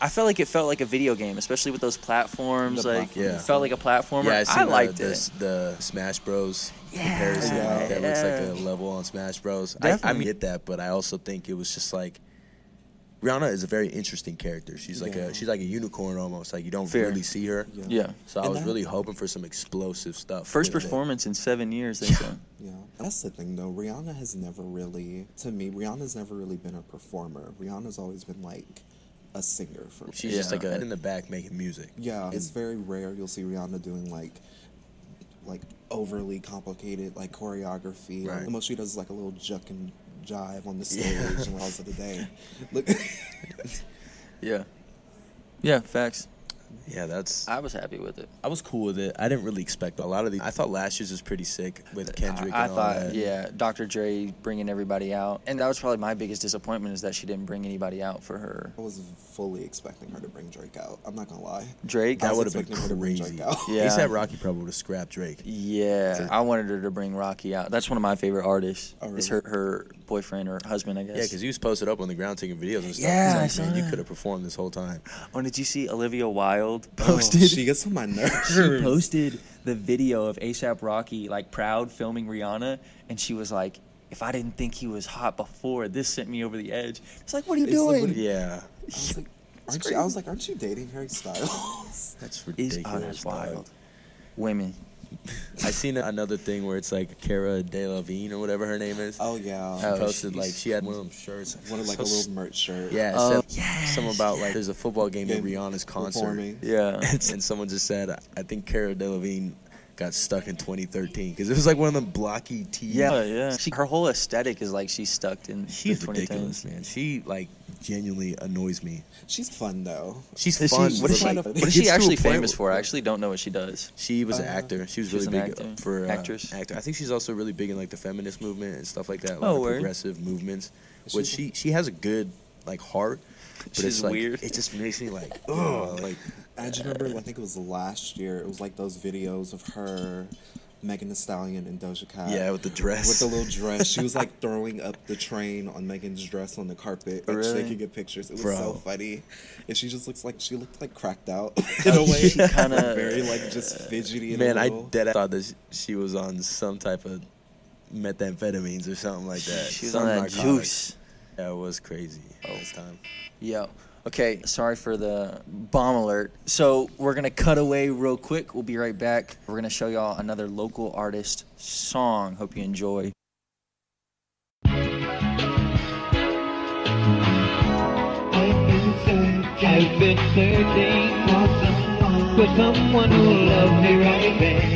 I felt like it felt like a video game, especially with those platforms.
The
like,
platform.
it felt like a platformer.
Yeah, I,
I,
seen the-
liked
the,
it.
The Smash Bros.
Yeah.
comparison. like, that looks like a
Yeah.
level on Smash Bros. I, I
Definitely.
get that, but I also think it was just like Rihanna is a very interesting character. She's like
Yeah.
a she's like a unicorn almost. Like you don't
Fair.
really see her.
Yeah. Yeah.
So I
And
was
that-
really hoping for some explosive stuff.
First
with it.
performance in seven years. They said.
Yeah, that's the thing though. Rihanna has never really, to me, Rihanna's never really been a performer. Rihanna's always been like a singer for me.
She's just like a, in the back making music.
Yeah, it's very rare you'll see Rihanna doing like, like overly complicated like choreography.
Right.
The most she does is like a little juck and jive on the
Yeah.
stage and calls it a day. Look,
Yeah. Yeah. Facts.
Yeah, that's.
I was happy with it.
I was cool with it. I didn't really expect a lot of these. I thought last year's was pretty sick with Kendrick.
I, I
and all
thought,
that.
yeah, Dr. Dre bringing everybody out, and that was probably my biggest disappointment is that she didn't bring anybody out for her.
I was fully expecting her to bring Drake out. I'm not gonna lie.
Drake.
I That was would've been expecting her to bring Drake crazy. out.
Yeah,
ASAP Rocky probably would have scrapped Drake.
Yeah, I wanted her to bring Rocky out. That's one of my favorite artists.
Oh,
It's her
really?
her boyfriend or husband, I guess.
Yeah, because he was posted up on the ground taking videos and stuff.
Yeah, I
It's
saw
like, man, you
that.
could have performed this whole time.
Oh, and did you see Olivia Wilde posted?
she gets on my nerves.
She posted the video of ASAP Rocky, like proud filming Rihanna, and she was like, "If I didn't think he was hot before, this sent me over the edge." It's like, what are you
It's like,
doing?
what are you-
Yeah,
I was like, aren't you? I was like, aren't you dating Harry Styles?
that's
Is
ridiculous.
oh, that's
dog.
wild. Women.
I seen another thing where it's like Cara Delevingne or whatever her name is.
Oh yeah.
She posted like she had one of them shirts.
One of like a
So
little merch shirt.
Yeah, it
Oh,
said something about like there's a football game at
Game
Rihanna's concert.
performing.
Yeah.
and someone just said, I think Cara Delevingne got stuck in 2013 because it was like one of them blocky tees.
Yeah, yeah. She, her whole aesthetic is like she's stuck in.
She's
the 2010s.
ridiculous, man. She like genuinely annoys me.
She's fun though.
She's
Is she-
fun.
what is she?
but, like,
What
it
is she
gets to a
actually
point
famous
where-
for? I actually don't know what she does.
She was an
Uh,
actor. She was
she's
really
an
big
actor.
for uh,
Actress.
Actor. I think she's also really big in like the feminist movement and stuff like that. Like
Oh,
the
word.
progressive movements.
Is
Which
she-
she she has a good like heart. But
She's
it's, like,
weird.
It just makes me like oh like
I just remember, I think it was last year. It was like those videos of her, Megan Thee Stallion and Doja Cat.
Yeah, with the dress.
With the little dress, she was like throwing up the train on Megan's dress on the carpet, like
Really?
shaking at pictures. It was so
Bro.
funny, and she just looks like she looked like cracked out in a way.
She kinda-
very like just fidgety. And
man.
a
I
little.
dead thought that she was on some type of methamphetamines or something like that.
She was
Some
on that
narcotic.
juice. Oh.
Yeah, it was crazy this time.
Yo. Okay, sorry for the bomb alert. So we're gonna cut away real quick. We'll be right back. We're gonna show y'all another local artist song. Hope you enjoy.
I've been searching for someone, for someone who'll love me right back.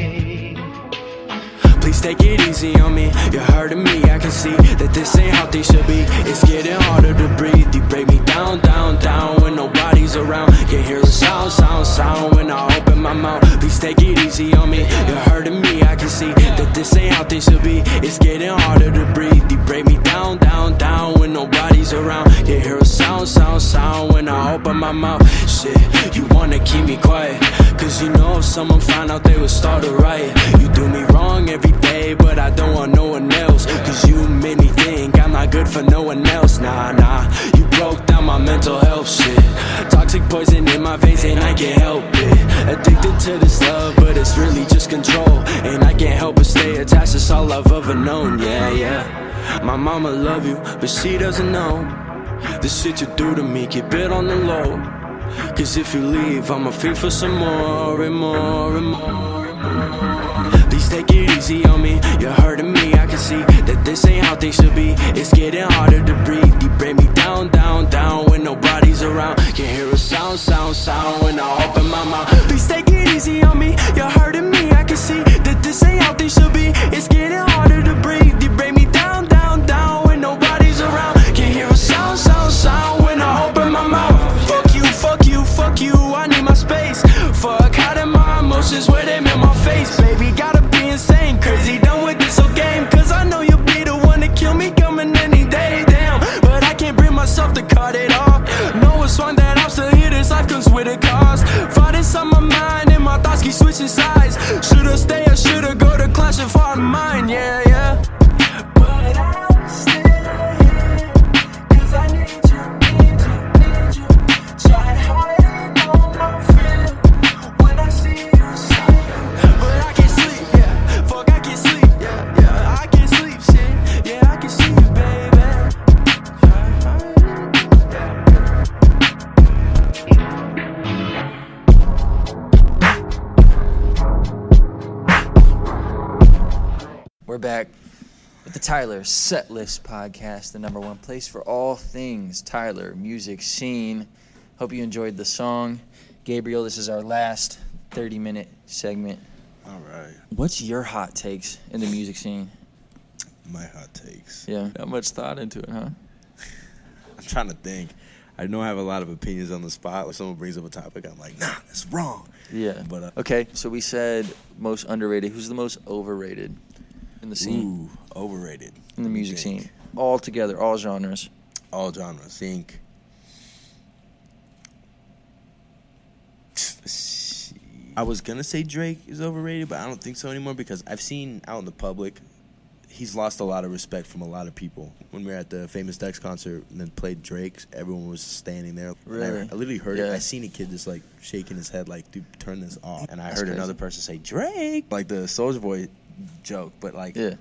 Please take it easy on me. You're hurting me. I can see that this ain't how things should be. It's getting harder to breathe. You break me down, down, down when nobody's around. You hear a sound, sound, sound when I open my mouth. Please take it easy on me. You're hurting me. I can see that this ain't how things should be. It's getting harder to breathe. You break me down, down, down when nobody's around. You hear a sound, sound, sound when I open my mouth. Shit, you wanna keep me quiet. Cause you know if someone find out they would start a riot. You do me wrong every day, but I don't want no one else. Cause you made me think I'm not good for no one else. Nah, nah, you broke down my mental health shit. Toxic poison in my veins, and I can't help it. Addicted to this love, but it's really just control. And I can't help but stay attached, it's all I've ever known. Yeah, yeah. My mama love you, but she doesn't know. The shit you do to me, keep it on the low. Cause if you leave, I'ma feel for some more and more and more. Please take it easy on me. You're hurting me. I can see that this ain't how things should be. It's getting harder to breathe. You bring me down, down, down when nobody's around. You hear a sound, sound, sound when I open my mouth. Please take it easy on me. You're hurting me. I can see that this ain't how things should be. It's getting harder to breathe. You bring me down, down, down when nobody's around. You hear a sound, sound, sound when I open my mouth. Fuck you, fuck you, fuck you. I need my space. Fuck hiding my emotions where they in my face, baby. Gotta be insane, crazy. Done with this whole game, cause I know you'll be the one to kill me coming any day. Damn, but I can't bring myself to cut it off. No, it's one that I'm still Fought inside my mind and my thoughts keep switching sides. Shoulda stay or shoulda go to clash and find mine, yeah, yeah. But I'm still here, 'cause I need you, need you, need you. Tried hiding all my fear when I see you sleep. But I can't sleep, yeah. Fuck, I can't sleep, yeah, yeah. I can't sleep, shit. Yeah, I can see you, baby.
We're back with the Tyler Set List podcast, the number one place for all things Tyler music scene. Hope you enjoyed the song. Gabriel, this is our last 30 minute segment.
All right.
What's your hot takes in the music scene?
My hot takes.
Yeah, not much thought into it, huh?
I'm trying to think. I know I have a lot of opinions on the spot. When someone brings up a topic, I'm like, nah, that's wrong.
Yeah.
But uh,
Okay, so we said most underrated. Who's the most overrated in the scene?
Ooh, overrated.
In the music
Think.
scene. All together, all genres.
All genres. Think. I was gonna say Drake is overrated, but I don't think so anymore because I've seen out in the public, he's lost a lot of respect from a lot of people. When we were at the Famous Dex concert and then played Drake's, everyone was standing there. And I-
Really?
I, literally heard it.
Yeah.
I seen a kid just like shaking his head, like, "Dude, turn this off." And I
That's
heard
crazy.
another person say Drake, like the Soulja Boy joke, but like,
Yeah.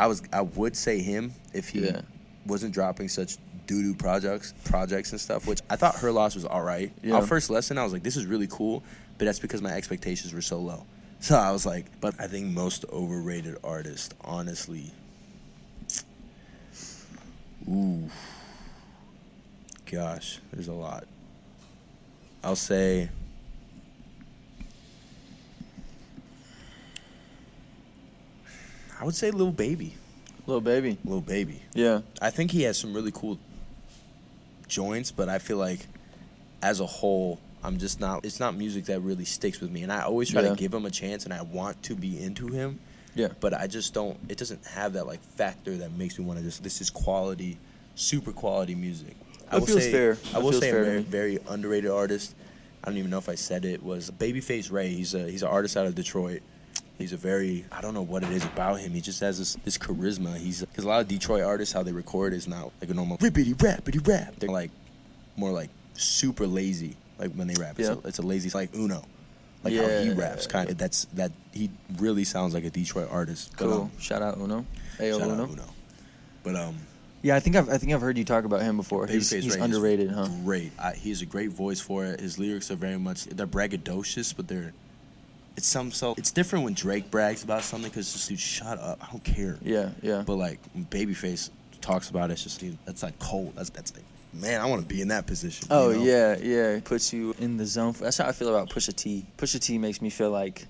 I was I would say him if he
Yeah.
wasn't dropping such doo doo projects projects and stuff, which I thought her loss was all right.
Yeah.
Our first lesson, I was like, this is really cool, but that's because my expectations were so low. So I was like, but I think most overrated artist, honestly. Ooh. Gosh, there's a lot. I'll say I would say Lil Baby.
Little baby.
Lil Baby.
Yeah.
I think he has some really cool joints, but I feel like as a whole, I'm just not. It's not music that really sticks with me, and I always try
Yeah.
to give him a chance, and I want to be into him,
Yeah.
but I just don't. It doesn't have that like factor that makes me want to just. This is quality, super quality music. I
That
will
feels
say,
fair.
I
That
will
feels
say
fair
a
to
very,
me.
very underrated artist. I don't even know if I said it was Babyface Ray. He's a he's an artist out of Detroit. He's a very I don't know what it is about him. He just has this, this charisma. He's because a lot of Detroit artists how they record is not like a normal rippity rappity rap. They're like more like super lazy. Like when they rap, it's,
Yeah.
a, it's a lazy like Uno, like how he
Yeah.
raps. Kind of that's that he really sounds like a Detroit artist. But,
Cool.
um,
Shout out Uno. Ayo
shout out
Uno.
Uno. But um,
Yeah, I think I've I think I've heard you talk about him before. He's,
Babyface
he's
Ray is
underrated, huh?
great. I, he has a great voice for it. His lyrics are very much they're braggadocious, but they're it's some so it's different when Drake brags about something because just dude, shut up, I don't care.
Yeah, yeah.
But like when Babyface talks about it, it's just dude, that's like cold. That's that's like man, I want to be in that position. you
Oh
know?
yeah, yeah. Puts you in the zone. For, that's how I feel about Pusha T. Pusha T makes me feel like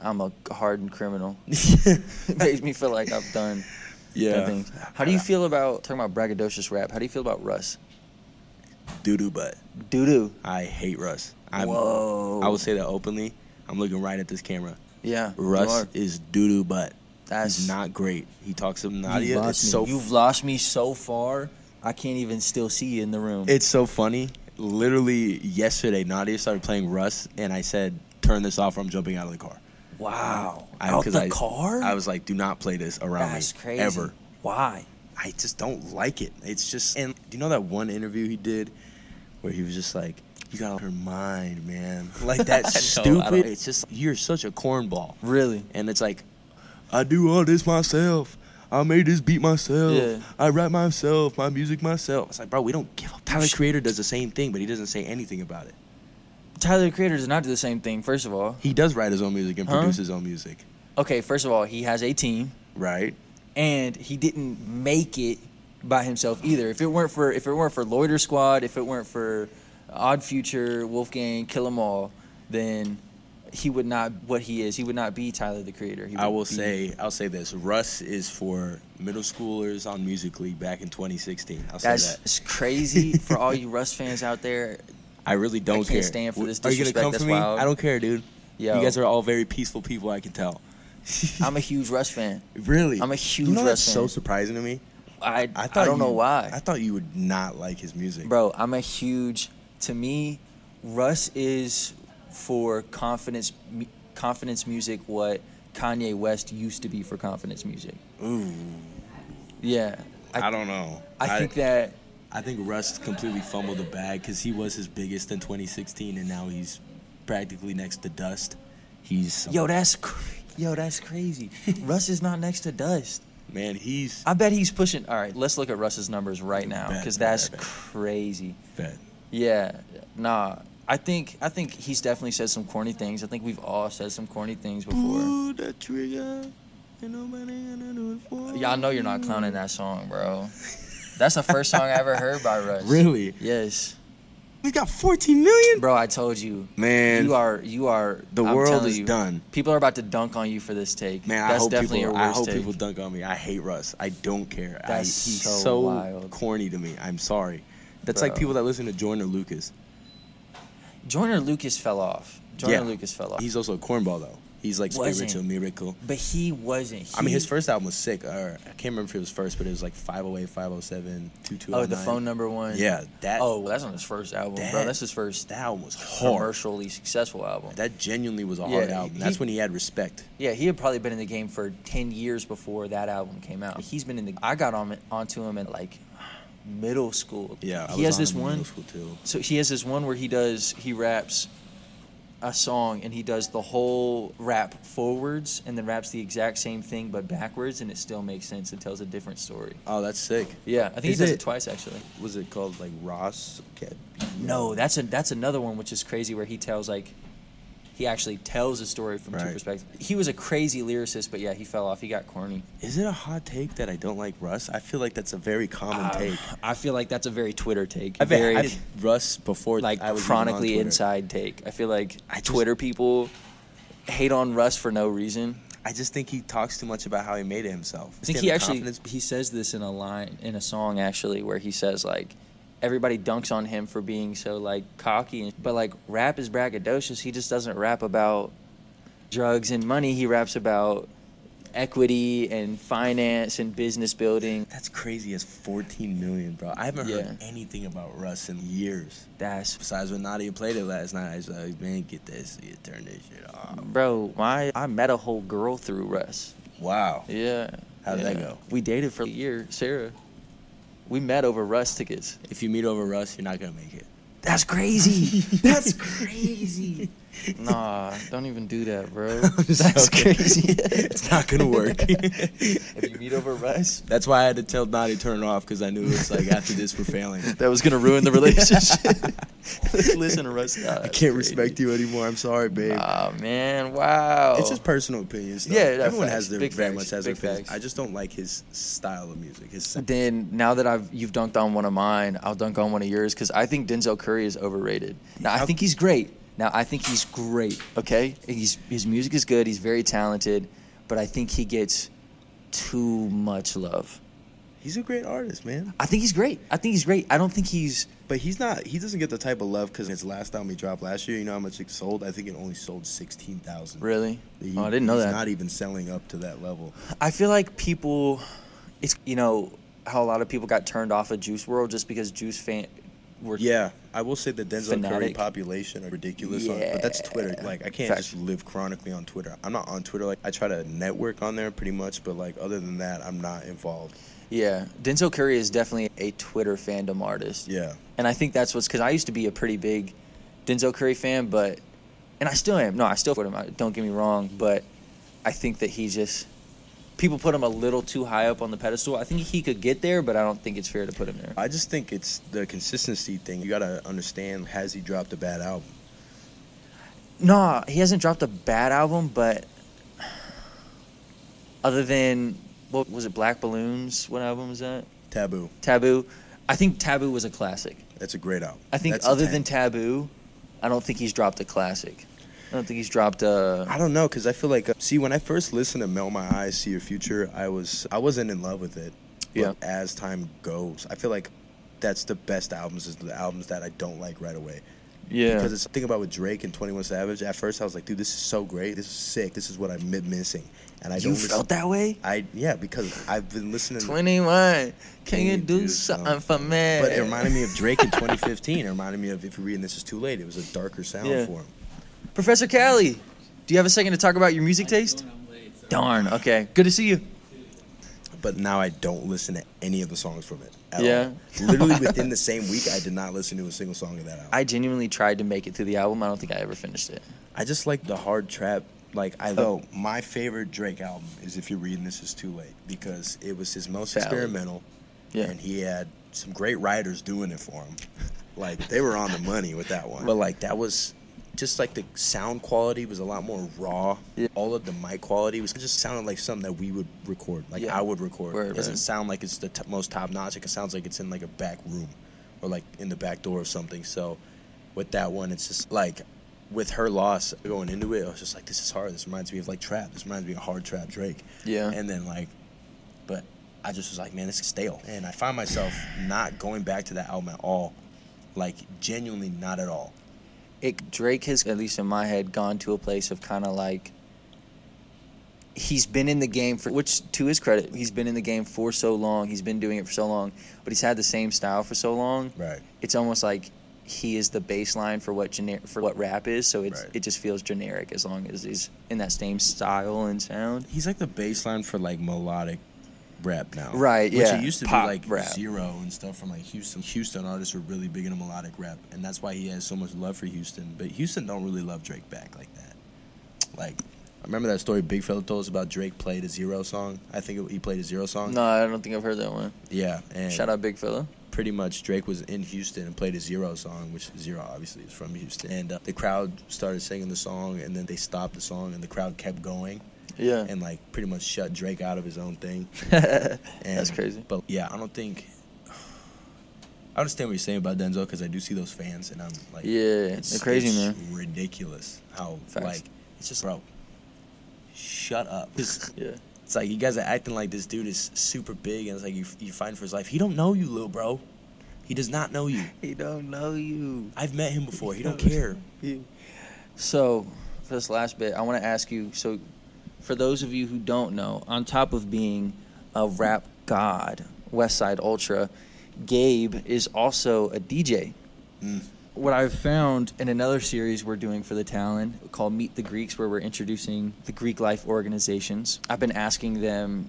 I'm a hardened criminal. it makes me feel like I've done.
Yeah.
bad things. How do you feel about talking about braggadocious rap? How do you feel about Russ?
doo doo butt.
Doo doo.
I hate Russ. I'm,
Whoa.
I would say that openly. I'm looking right at this camera.
Yeah. you
Russ
are.
is doo doo butt.
That's
He's not great. He talks
You've
obnoxious.
lost
It's
me.
so
You've lost me so far. I can't even still see you in the room.
It's so funny. Literally yesterday, Nadia started playing Rust, and I said, "Turn this off, or I'm jumping out of the car."
wow.
I,
Out
'cause
the
I-
car?
I was like, "Do not play this around
That's
me
crazy.
ever."
Why?
I just don't like it. It's just, and do you know that one interview he did where he was just like, "You got her mind, man," like
I know, I
that's stupid.
don't-
It's just you're such a cornball,
Really?
and it's like, I do all this myself. I made this beat myself.
Yeah.
I rap myself, my music myself. It's like, bro, we don't give up. Tyler Creator does the same thing, but he doesn't say anything about it.
Tyler the Creator does not do the same thing. First of all,
He does write his own music and
Huh?
produce his own music,
okay. First of all, he has a team.
right?
and he didn't make it by himself either. If it weren't for if it weren't for Loiter Squad, if it weren't for Odd Future, Wolfgang, Kill 'Em All, then he would not what he is. He would not be Tyler the Creator. He
I
would
will
be-
say, I'll say this: Russ is for middle schoolers on Musically back in 2016. I'll say
that's
that.
it's crazy for all you Russ fans out there.
I really don't
can't
care.
stand for this
Are you gonna
disrespect.
come
That's
for me?
wild.
I don't care, dude.
Yo,
You guys are all very peaceful people. I can tell.
I'm a huge Russ fan.
Really,
I'm a huge
You know that's
Russ
so
fan.
surprising to me.
I
I
I,
thought
don't know
you-
why,
I thought you would not like his music.
bro. I'm a huge. To me, Russ is for confidence mu- confidence music what Kanye West used to be for confidence music.
Ooh.
Yeah.
I, don't know.
I think that
I think Russ completely fumbled the bag because he was his biggest in 2016, and now he's practically next to dust. He's
Yo, that's cr- yo, that's crazy. Russ is not next to Dust.
man, he's
I bet he's pushing. All right, let's look at Russ's numbers right now
Bet,
because
bet,
that's crazy.
Bet.
Yeah, nah. I think I think he's definitely said some corny things. I think we've all said some corny things before.
that trigger. Ain't nobody gonna do it for
Yeah, I know you're not clowning that song, bro. That's the first song I ever heard by Russ.
Really?
Yes,
We got 14 million.
bro. I told you,
Man,
You are you are.
the
I'm
world
telling
is
you,
done.
People are about to dunk on you for this take.
Man,
that's
I hope
definitely
people.
your
I
worst
hope
take.
people dunk on me. I hate Russ. I don't care. I,
That's
he's
so
so,
wild.
corny to me. I'm sorry. That's like
Bro.
people that listen to Jordan or Lucas.
Joyner Lucas fell off. Joyner Lucas fell off.
He's also a cornball though. He's like
Wasn't.
spiritual miracle.
But he wasn't.
I mean,
He-
his first album was sick. Or I can't remember if it was first, but it was like 508, 507, 2209.
Oh, the phone number one.
Yeah, that.
Oh, that's on his first album, bro.
That-
That's his first
that album was hard.
commercially successful album.
That genuinely was a
Yeah,
hard album. That's
he-
when he had respect.
Yeah, he had probably been in the game for ten years before that album came out. He's been in the. I got on onto him at like middle school.
Yeah, I
he has
was on
this
him in
one.
middle school, too.
So he has this one where he does he raps a song and he does the whole rap forwards and then raps the exact same thing but backwards and it still makes sense and tells a different story.
Oh, that's sick.
Yeah, I think
Is
he does
it-
it twice actually.
Was it called like Ross? Cat-
No, that's a that's another one which is crazy where he tells like he actually tells a story from two
Right.
perspectives. He was a crazy lyricist, but yeah, he fell off. He got corny.
Is it a hot take that I don't like Russ? I feel like that's a very common
Uh,
take.
I feel like that's a very Twitter take.
I've
very
very, had Russ before.
like
I was even on
chronically
Twitter.
inside take. I feel like Twitter people hate on Russ for no reason.
I just think he talks too much about how he made it himself.
I think
Damn,
he
the
actually
confidence-
he says this in a line in a song actually where he says like everybody dunks on him for being so like cocky and- but like rap is braggadocious he just doesn't rap about drugs and money he raps about equity and finance and business building
That's crazy. As 14 million, bro. I haven't heard anything about Russ in years.
that's
Besides when Nadia played it last night, I was like, man, get this, you turn this shit off.
bro my I met a whole girl through Russ
Wow.
yeah
How'd that
Yeah.
go?
we dated for a year Sarah we met over Russ tickets
If you meet over Russ, you're not gonna make it.
That's crazy. That's crazy. Nah, don't even do that, bro. That's
joking.
crazy.
It's not gonna work.
if you meet over Russ,
That's why I had to tell Nadia turn it off because I knew it was like after this we're failing.
that was gonna ruin the relationship. Listen, Russ. Nah,
I can't respect you anymore. I'm sorry, babe.
Oh man, wow.
It's just personal opinions. Though.
Yeah, that's
everyone
facts.
has their
Big
very
facts.
much has their
Big
opinions.
facts.
I just don't like his style of music. His sound.
then now that I've you've dunked on one of mine, I'll dunk on one of yours because I think Denzel Curry is overrated. Now I think he's great. Now I think he's great. Okay, he's his music is good. He's very talented, but I think he gets too much love.
He's a great artist, man.
I think he's great. I think he's great. I don't think he's
But he's not. He doesn't get the type of love because his last album he dropped last year. You know how much it sold? I think it only sold sixteen thousand.
really. Oh, I didn't know
he's
that.
Not even selling up to that level.
I feel like people, it's you know how a lot of people got turned off of Juice World just because Juice fan were
Yeah, I will say the Denzel Curry
Fanatic.
population are ridiculous, on, but that's Twitter.
Yeah.
Like I can't
Fact.
just live chronically on Twitter. I'm not on Twitter. Like I try to network on there pretty much, but like other than that, I'm not involved.
yeah. Denzel Curry is definitely a Twitter fandom artist.
Yeah,
And I think that's what's because I used to be a pretty big Denzel Curry fan, but and I still am. No, I still put him. I- Don't get me wrong, but I think that he just people put him a little too high up on the pedestal. I think he could get there, but I don't think it's fair to put him there.
I just think it's the consistency thing. You gotta understand. Has he dropped a bad album?
No, he hasn't dropped a bad album, but other than what was it, Black Balloons? What album was that?
Taboo.
Taboo. I think Taboo was a classic.
That's a great album.
I think
That's a
other
10.
than Taboo, I don't think he's dropped a classic. I don't think he's dropped a.
I don't know, cause I feel like uh, see when I first listened to Melt My Eyes, See Your Future, I was I wasn't in love with it. But
Yeah.
As time goes, I feel like that's the best albums is the albums that I don't like right away.
Yeah.
Because it's think about with Drake and Twenty One Savage. At first, I was like, dude, this is so great. This is sick. This is what I've been missing. And I
You
don't listen-
felt that way?
I yeah, because I've been listening.
21. Can you
Dude,
do
dude,
something
no.
for me?
But it reminded me of Drake in 2015. It reminded me of if you're reading this is too late. It was a darker sound
Yeah.
for him.
Professor Callie, do you have a second to talk about your music taste? Darn. Okay. Good to see you.
But now I don't listen to any of the songs from it. At
Yeah.
All. Literally within the same week, I did not listen to a single song of that album.
I genuinely tried to make it through the album. I don't think I ever finished it.
I just like the hard trap. Like I
Oh.
though my favorite Drake album is If You're Reading This Is Too Late because it was his most
Valid.
experimental.
Yeah.
And he had some great writers doing it for him. Like they were on the money with that one. But like that was just like the sound quality was a lot more raw. All of the mic quality was it just sounded like something that we would record. Like
Yeah.
I would record.
Word,
it doesn't
word.
sound like it's the t- most top notch. It sounds like it's in like a back room or like in the back door or something. So with that one, it's just like with her loss going into it, I was just like, this is hard. This reminds me of like trap. This reminds me of hard trap Drake.
Yeah.
And then like, but I just was like, man, it's stale. And I find myself not going back to that album at all. Like genuinely not at all.
It, Drake has, at least in my head, gone to a place of kind of like he's been in the game for which to his credit he's been in the game for so long he's been doing it for so long but he's had the same style for so long
Right.
it's almost like he is the baseline for what generic for what rap is so it's, it just feels generic as long as he's in that same style and sound
He's like the baseline for like melodic rap now.
Right,
Which
yeah.
it used to
Pop
be like
rap.
Zero and stuff from like Houston. Houston artists were really big into melodic rap, and that's why he has so much love for Houston. But Houston don't really love Drake back like that. Like, I remember that story Big Fella told us about Drake played a Zero song. I think it, he played a Zero song.
no i don't think i've heard that one
Yeah. And
shout out big fella
pretty much Drake was in Houston and played a Zero song, which Zero obviously is from Houston. And uh, the crowd started singing the song, and then they stopped the song, and the crowd kept going.
Yeah.
And like pretty much shut Drake out of his own thing. And-
that's crazy
But yeah, I don't think. I understand what you're saying about Denzel because I do see those fans, and I'm like,
Yeah, they're crazy,
it's
man.
Ridiculous how
Facts.
like it's just bro. Shut up. Just-
yeah
It's like you guys are acting like this dude is super big, and it's like you you fighting for his life. He don't know you, little bro. He does not know you.
he don't know you
I've met him before. He don't care.
So, for this last bit, I want to ask you. So, for those of you who don't know, on top of being a rap god, West Side Ultra, Gabe is also a DJ. What I've found in another series we're doing for the Talon called Meet the Greeks, where we're introducing the Greek life organizations, I've been asking them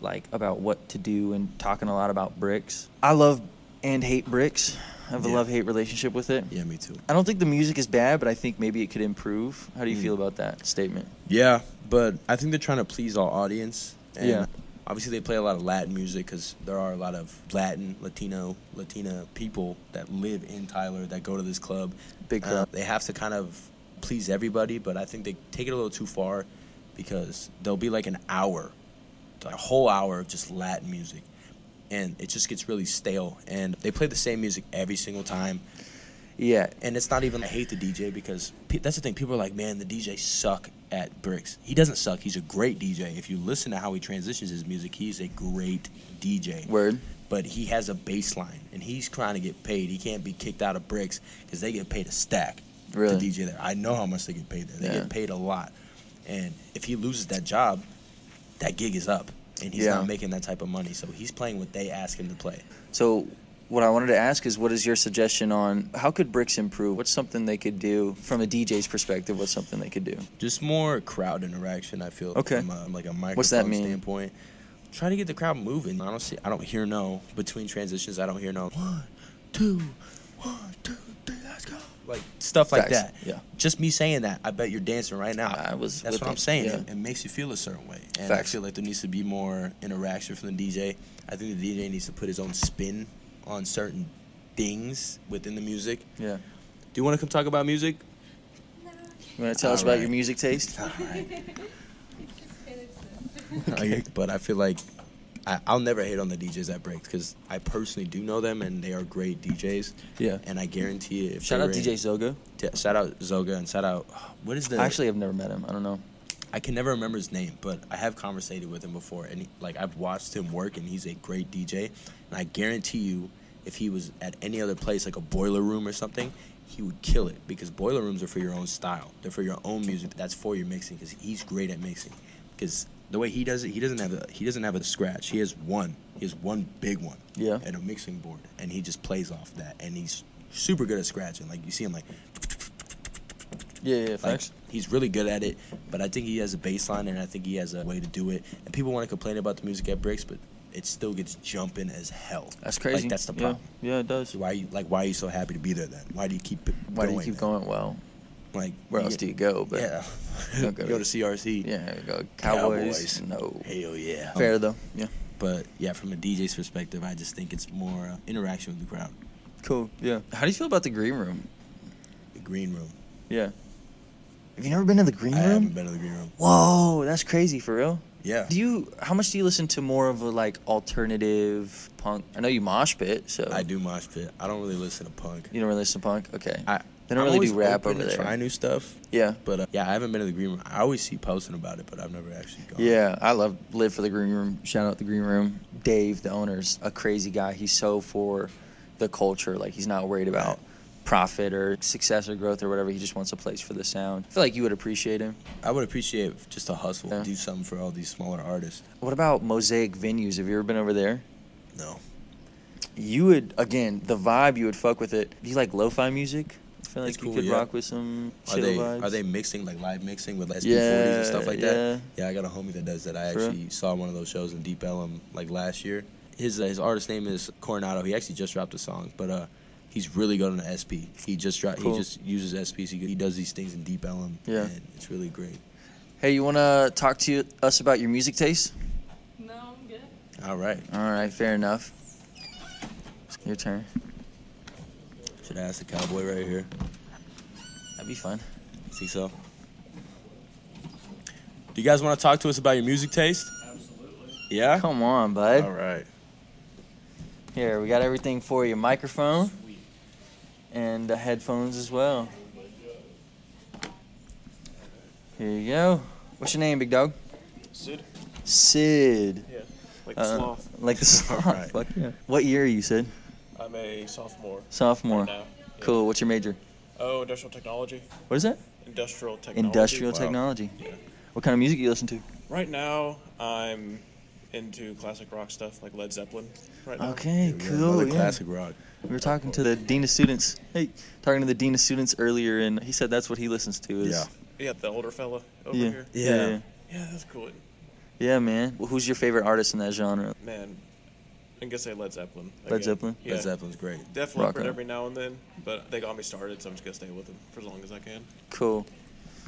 like about what to do and talking a lot about bricks. I love and hate bricks. I have a
Yeah.
love hate relationship with it.
Yeah, me too.
I don't think the music is bad, but I think maybe it could improve. How do you feel about that statement?
Hmm. Yeah, but I think they're trying to please all audience. And
Yeah.
Obviously, they play a lot of Latin music because there are a lot of Latin, Latino, Latina people that live in Tyler that go to this club.
Big
Uh,
club.
they have to kind of please everybody, but I think they take it a little too far because there'll be like an hour, like a whole hour of just Latin music, and it just gets really stale. And they play the same music every single time.
Yeah,
And it's not even I hate the DJ because pe- that's the thing. People are like, man, the DJ suck at bricks. He doesn't suck. He's a great DJ. If you listen to how he transitions his music, he's a great DJ.
Word.
But he has a baseline, and he's trying to get paid. He can't be kicked out of bricks because they get paid a stack
Really?
to DJ there. I know how much they get paid there. They
Yeah.
get paid a lot, and if he loses that job, that gig is up, and he's
Yeah.
not making that type of money. So he's playing what they ask him to play.
So, what I wanted to ask is, what is your suggestion on how could bricks improve? What's something they could do from a DJ's perspective? What's something they could do?
just more crowd interaction. I feel
Okay.
from a, like a microphone
What's that mean?
standpoint. Try to get the crowd moving. I don't see. I don't hear no between transitions. I don't hear no one, two, one, two, three. Let's go. Like stuff like
Facts.
that.
Yeah.
Just me saying that. I bet you're dancing right now.
I was
That's
with
what
it,
I'm saying.
yeah.
It, it makes you feel a certain way, and I
Facts.
feel like there needs to be more interaction from the DJ. I think the DJ needs to put his own spin on certain things within the music.
Yeah.
Do you want to come talk about music?
You want to tell us
All
about
right.
your music taste?
Like, but I feel like I, I'll never hate on the DJs at breaks because I personally do know them and they are great DJs.
Yeah.
And I guarantee you, if
Shout
they
out
were in-
DJ Zoga.
T- shout out Zoga and shout out what is the
Actually, I've never met him. I don't know.
I can never remember his name, but I have conversated with him before, and he, like I've watched him work, and he's a great DJ. And I guarantee you, if he was at any other place, like a boiler room or something, he would kill it because boiler rooms are for your own style. They're for your own music. That's for your mixing because he's great at mixing. Because the way he does it, he doesn't have a he doesn't have a scratch. He has one. He has one big one.
Yeah.
At a mixing board, and he just plays off that, and he's super good at scratching. Like you see him like
Yeah, yeah,
like,
facts.
he's really good at it, but I think he has a baseline and I think he has a way to do it. And people want to complain about the music at breaks, but it still gets jumping as hell.
That's crazy.
Like that's the
Yeah.
problem.
Yeah, it does.
Why you like? Why are you so happy to be there then? Why do you keep?
Why do you
going
keep
then?
going? Well,
Like
where else
yeah.
do you go? But
yeah,
don't
go to CRC.
Yeah, go Cowboys.
Cowboys.
No,
hell yeah.
fair though. Yeah,
But yeah, from a DJ's perspective, I just think it's more uh, interaction with the crowd.
cool. Yeah. How do you feel about the green room?
The green room.
Yeah. Have you never been to the green
I
room?
haven't been to the green room.
Whoa, that's crazy for real.
Yeah.
Do you? How much do you listen to more of a like alternative punk? I know you mosh pit, so
I do mosh pit. I don't really listen to punk.
You don't really listen to punk. Okay.
I
They don't
I'm
really do
always
rap
open
over
to
there.
Try new stuff.
Yeah.
But uh, yeah, I haven't been to the green room. I always see posting about it, but I've never actually gone.
Yeah, I love live for the green room. Shout out the green room. Dave, the owner's a crazy guy. He's so for the culture. Like he's not worried about profit or success or growth or whatever. He just wants a place for the sound. I feel like you would appreciate him.
I would appreciate just a hustle, do something for all these smaller artists.
What about mosaic venues? Have you ever been over there?
No.
You would again the vibe. You would fuck with it. Do you like lo-fi music? I feel like
It's
you
cool,
could
yeah.
rock with some
Are
chill
they
vibes.
are they mixing like live mixing with SP40s
Yeah,
and stuff like
yeah.
that? Yeah, I got a homie that does that. I
For real?
actually saw one of those shows in Deep Ellum like last year. His uh, his artist name is Coronado. He actually just dropped a song, but uh, he's really good on the SP. He just dropped.
Cool.
He just uses SP. So he he does these things in Deep Ellum.
Yeah.
and it's really great.
Hey, you want to talk to us about your music taste?
No, I'm good.
All right.
All right, fair enough. Your turn.
Should I ask the cowboy right here?
That'd be fun.
Think so? Do you guys want to talk to us about your music taste? Absolutely. Yeah.
Come on, bud.
All right.
Here, we got everything for you. Microphone and the headphones as well. Here you go. What's your name, big dog?
Sid.
Sid.
Yeah, like
Uh,
the sloth.
Like the sloth.
Alright.
Fuck yeah. What year are you, Sid?
I'm a sophomore.
Sophomore.
Right now. Yeah.
Cool. What's your major?
Oh, industrial technology.
What is that?
Industrial technology.
Industrial technology. What kind of music you listen to?
Right now, I'm into classic rock stuff like Led Zeppelin. Right now.
Okay, cool. Yeah.
rock.
We were talking to the dean of students. Hey, talking to the dean of students earlier, and he said that's what he listens to. Is,
Yeah.
Yeah, the older fella over
Yeah.
here.
Yeah. Yeah, yeah.
Yeah, that's cool.
Yeah, man. Well, who's your favorite artist in that genre?
Man, I guess say Led Zeppelin.
Led Zeppelin?
Yeah.
Led
Zeppelin's great.
Def
Rock
Leppard
on.
every now and then, but they got me started, so I'm just gonna stay with them for as long as I can.
Cool.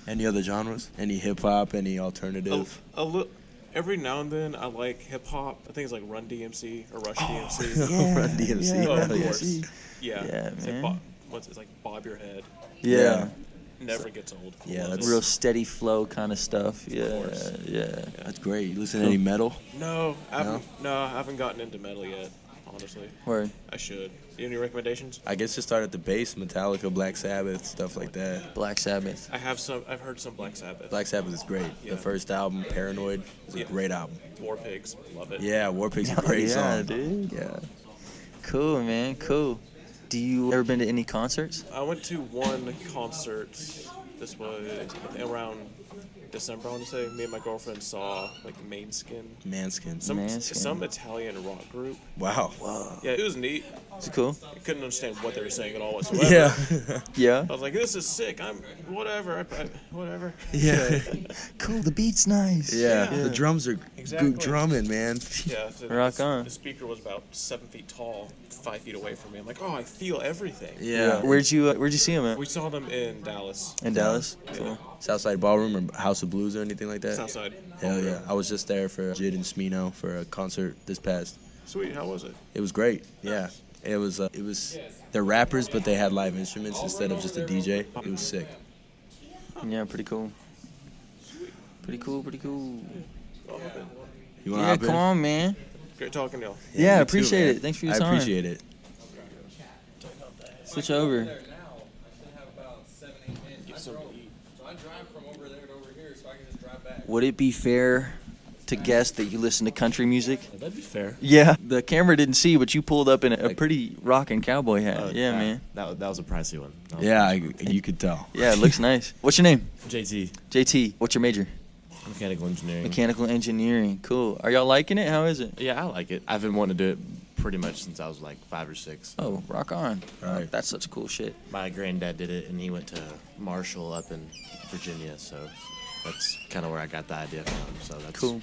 Any other genres? Any hip hop? Any
A,
alternative?
a li- every now and then, I like hip hop. I think it's like Run DMC or Rush DMC.
yeah, Run DMC,
Oh,
Run
of course.
DMC.
Yeah.
Yeah,
it's
man.
Like Bob, what's it's like Bob Your Head.
Yeah. Yeah.
Never gets old. Love it.
real steady flow kind of stuff. Yeah, yeah.
That's great. You listen to any metal?
No, I haven't. No? I haven't gotten into metal yet. Honestly.
Oh, Word.
I should. You have any recommendations?
I guess just start at the base, Metallica, Black Sabbath, stuff like that.
Black Sabbath.
I have some. I've heard some Black Sabbath.
Black Sabbath is great.
Yeah.
The first album, Paranoid, is a
Yeah.
great album.
War Pigs. Love it.
Yeah, War Pigs is a great
yeah,
song.
dude. Yeah. Cool, man. Cool. Do you ever been to any concerts?
I went to one concert. This was around December, I want to say. Me and my girlfriend saw like Mainskin.
Manskin.
Some some Italian rock group.
Wow.
Yeah, it was neat.
It's cool.
I couldn't understand what they were saying at all whatsoever.
Yeah.
Yeah.
I was like, this is sick. I'm whatever. I, I, whatever.
Yeah.
cool. The beat's nice.
Yeah. The drums are
Exactly.
good drumming, man.
Yeah. so the-
Rock on.
The speaker was about seven feet tall, five feet away from me. I'm like, oh, I feel everything.
Where'd you uh, Where'd you see him at?
We saw them in Dallas.
In Dallas. Cool.
Southside Ballroom or House of Blues or anything like
uh,
that?
Southside
Hell yeah.
Ballroom.
I was just there for Jid and Smino for a concert this past.
Sweet. How was it?
It was great. Yeah. It was uh, it was they're rappers but they had live instruments instead of just a DJ. It was sick.
Yeah, pretty cool. Pretty cool. Pretty cool.
You wanna
Yeah,
hop in?
come on, man.
Great talking to y'all.
Yeah,
me
appreciate
man.
it. Thanks for your
I
time.
appreciate it.
Switch over. Would it be fair to guess that you listen to country music.
That'd be fair.
Yeah, the camera didn't see, but you pulled up in a, a pretty rocking cowboy hat. yeah,
that-
man.
That, wa- that was a pricey one. That was
Yeah,
a pricey
I, you could tell.
Yeah, it looks nice. What's your name?
JT.
JT. What's your major?
one. Mechanical engineering.
Mechanical engineering. Cool. Are y'all liking it? How is it?
Yeah, I like it. I've been wanting to do it pretty much since I was like five or six.
Oh, rock on. That's such cool shit.
My granddad did it, and he went to Marshall up in Virginia, so that's kind of where I got the idea from. So that's
Cool.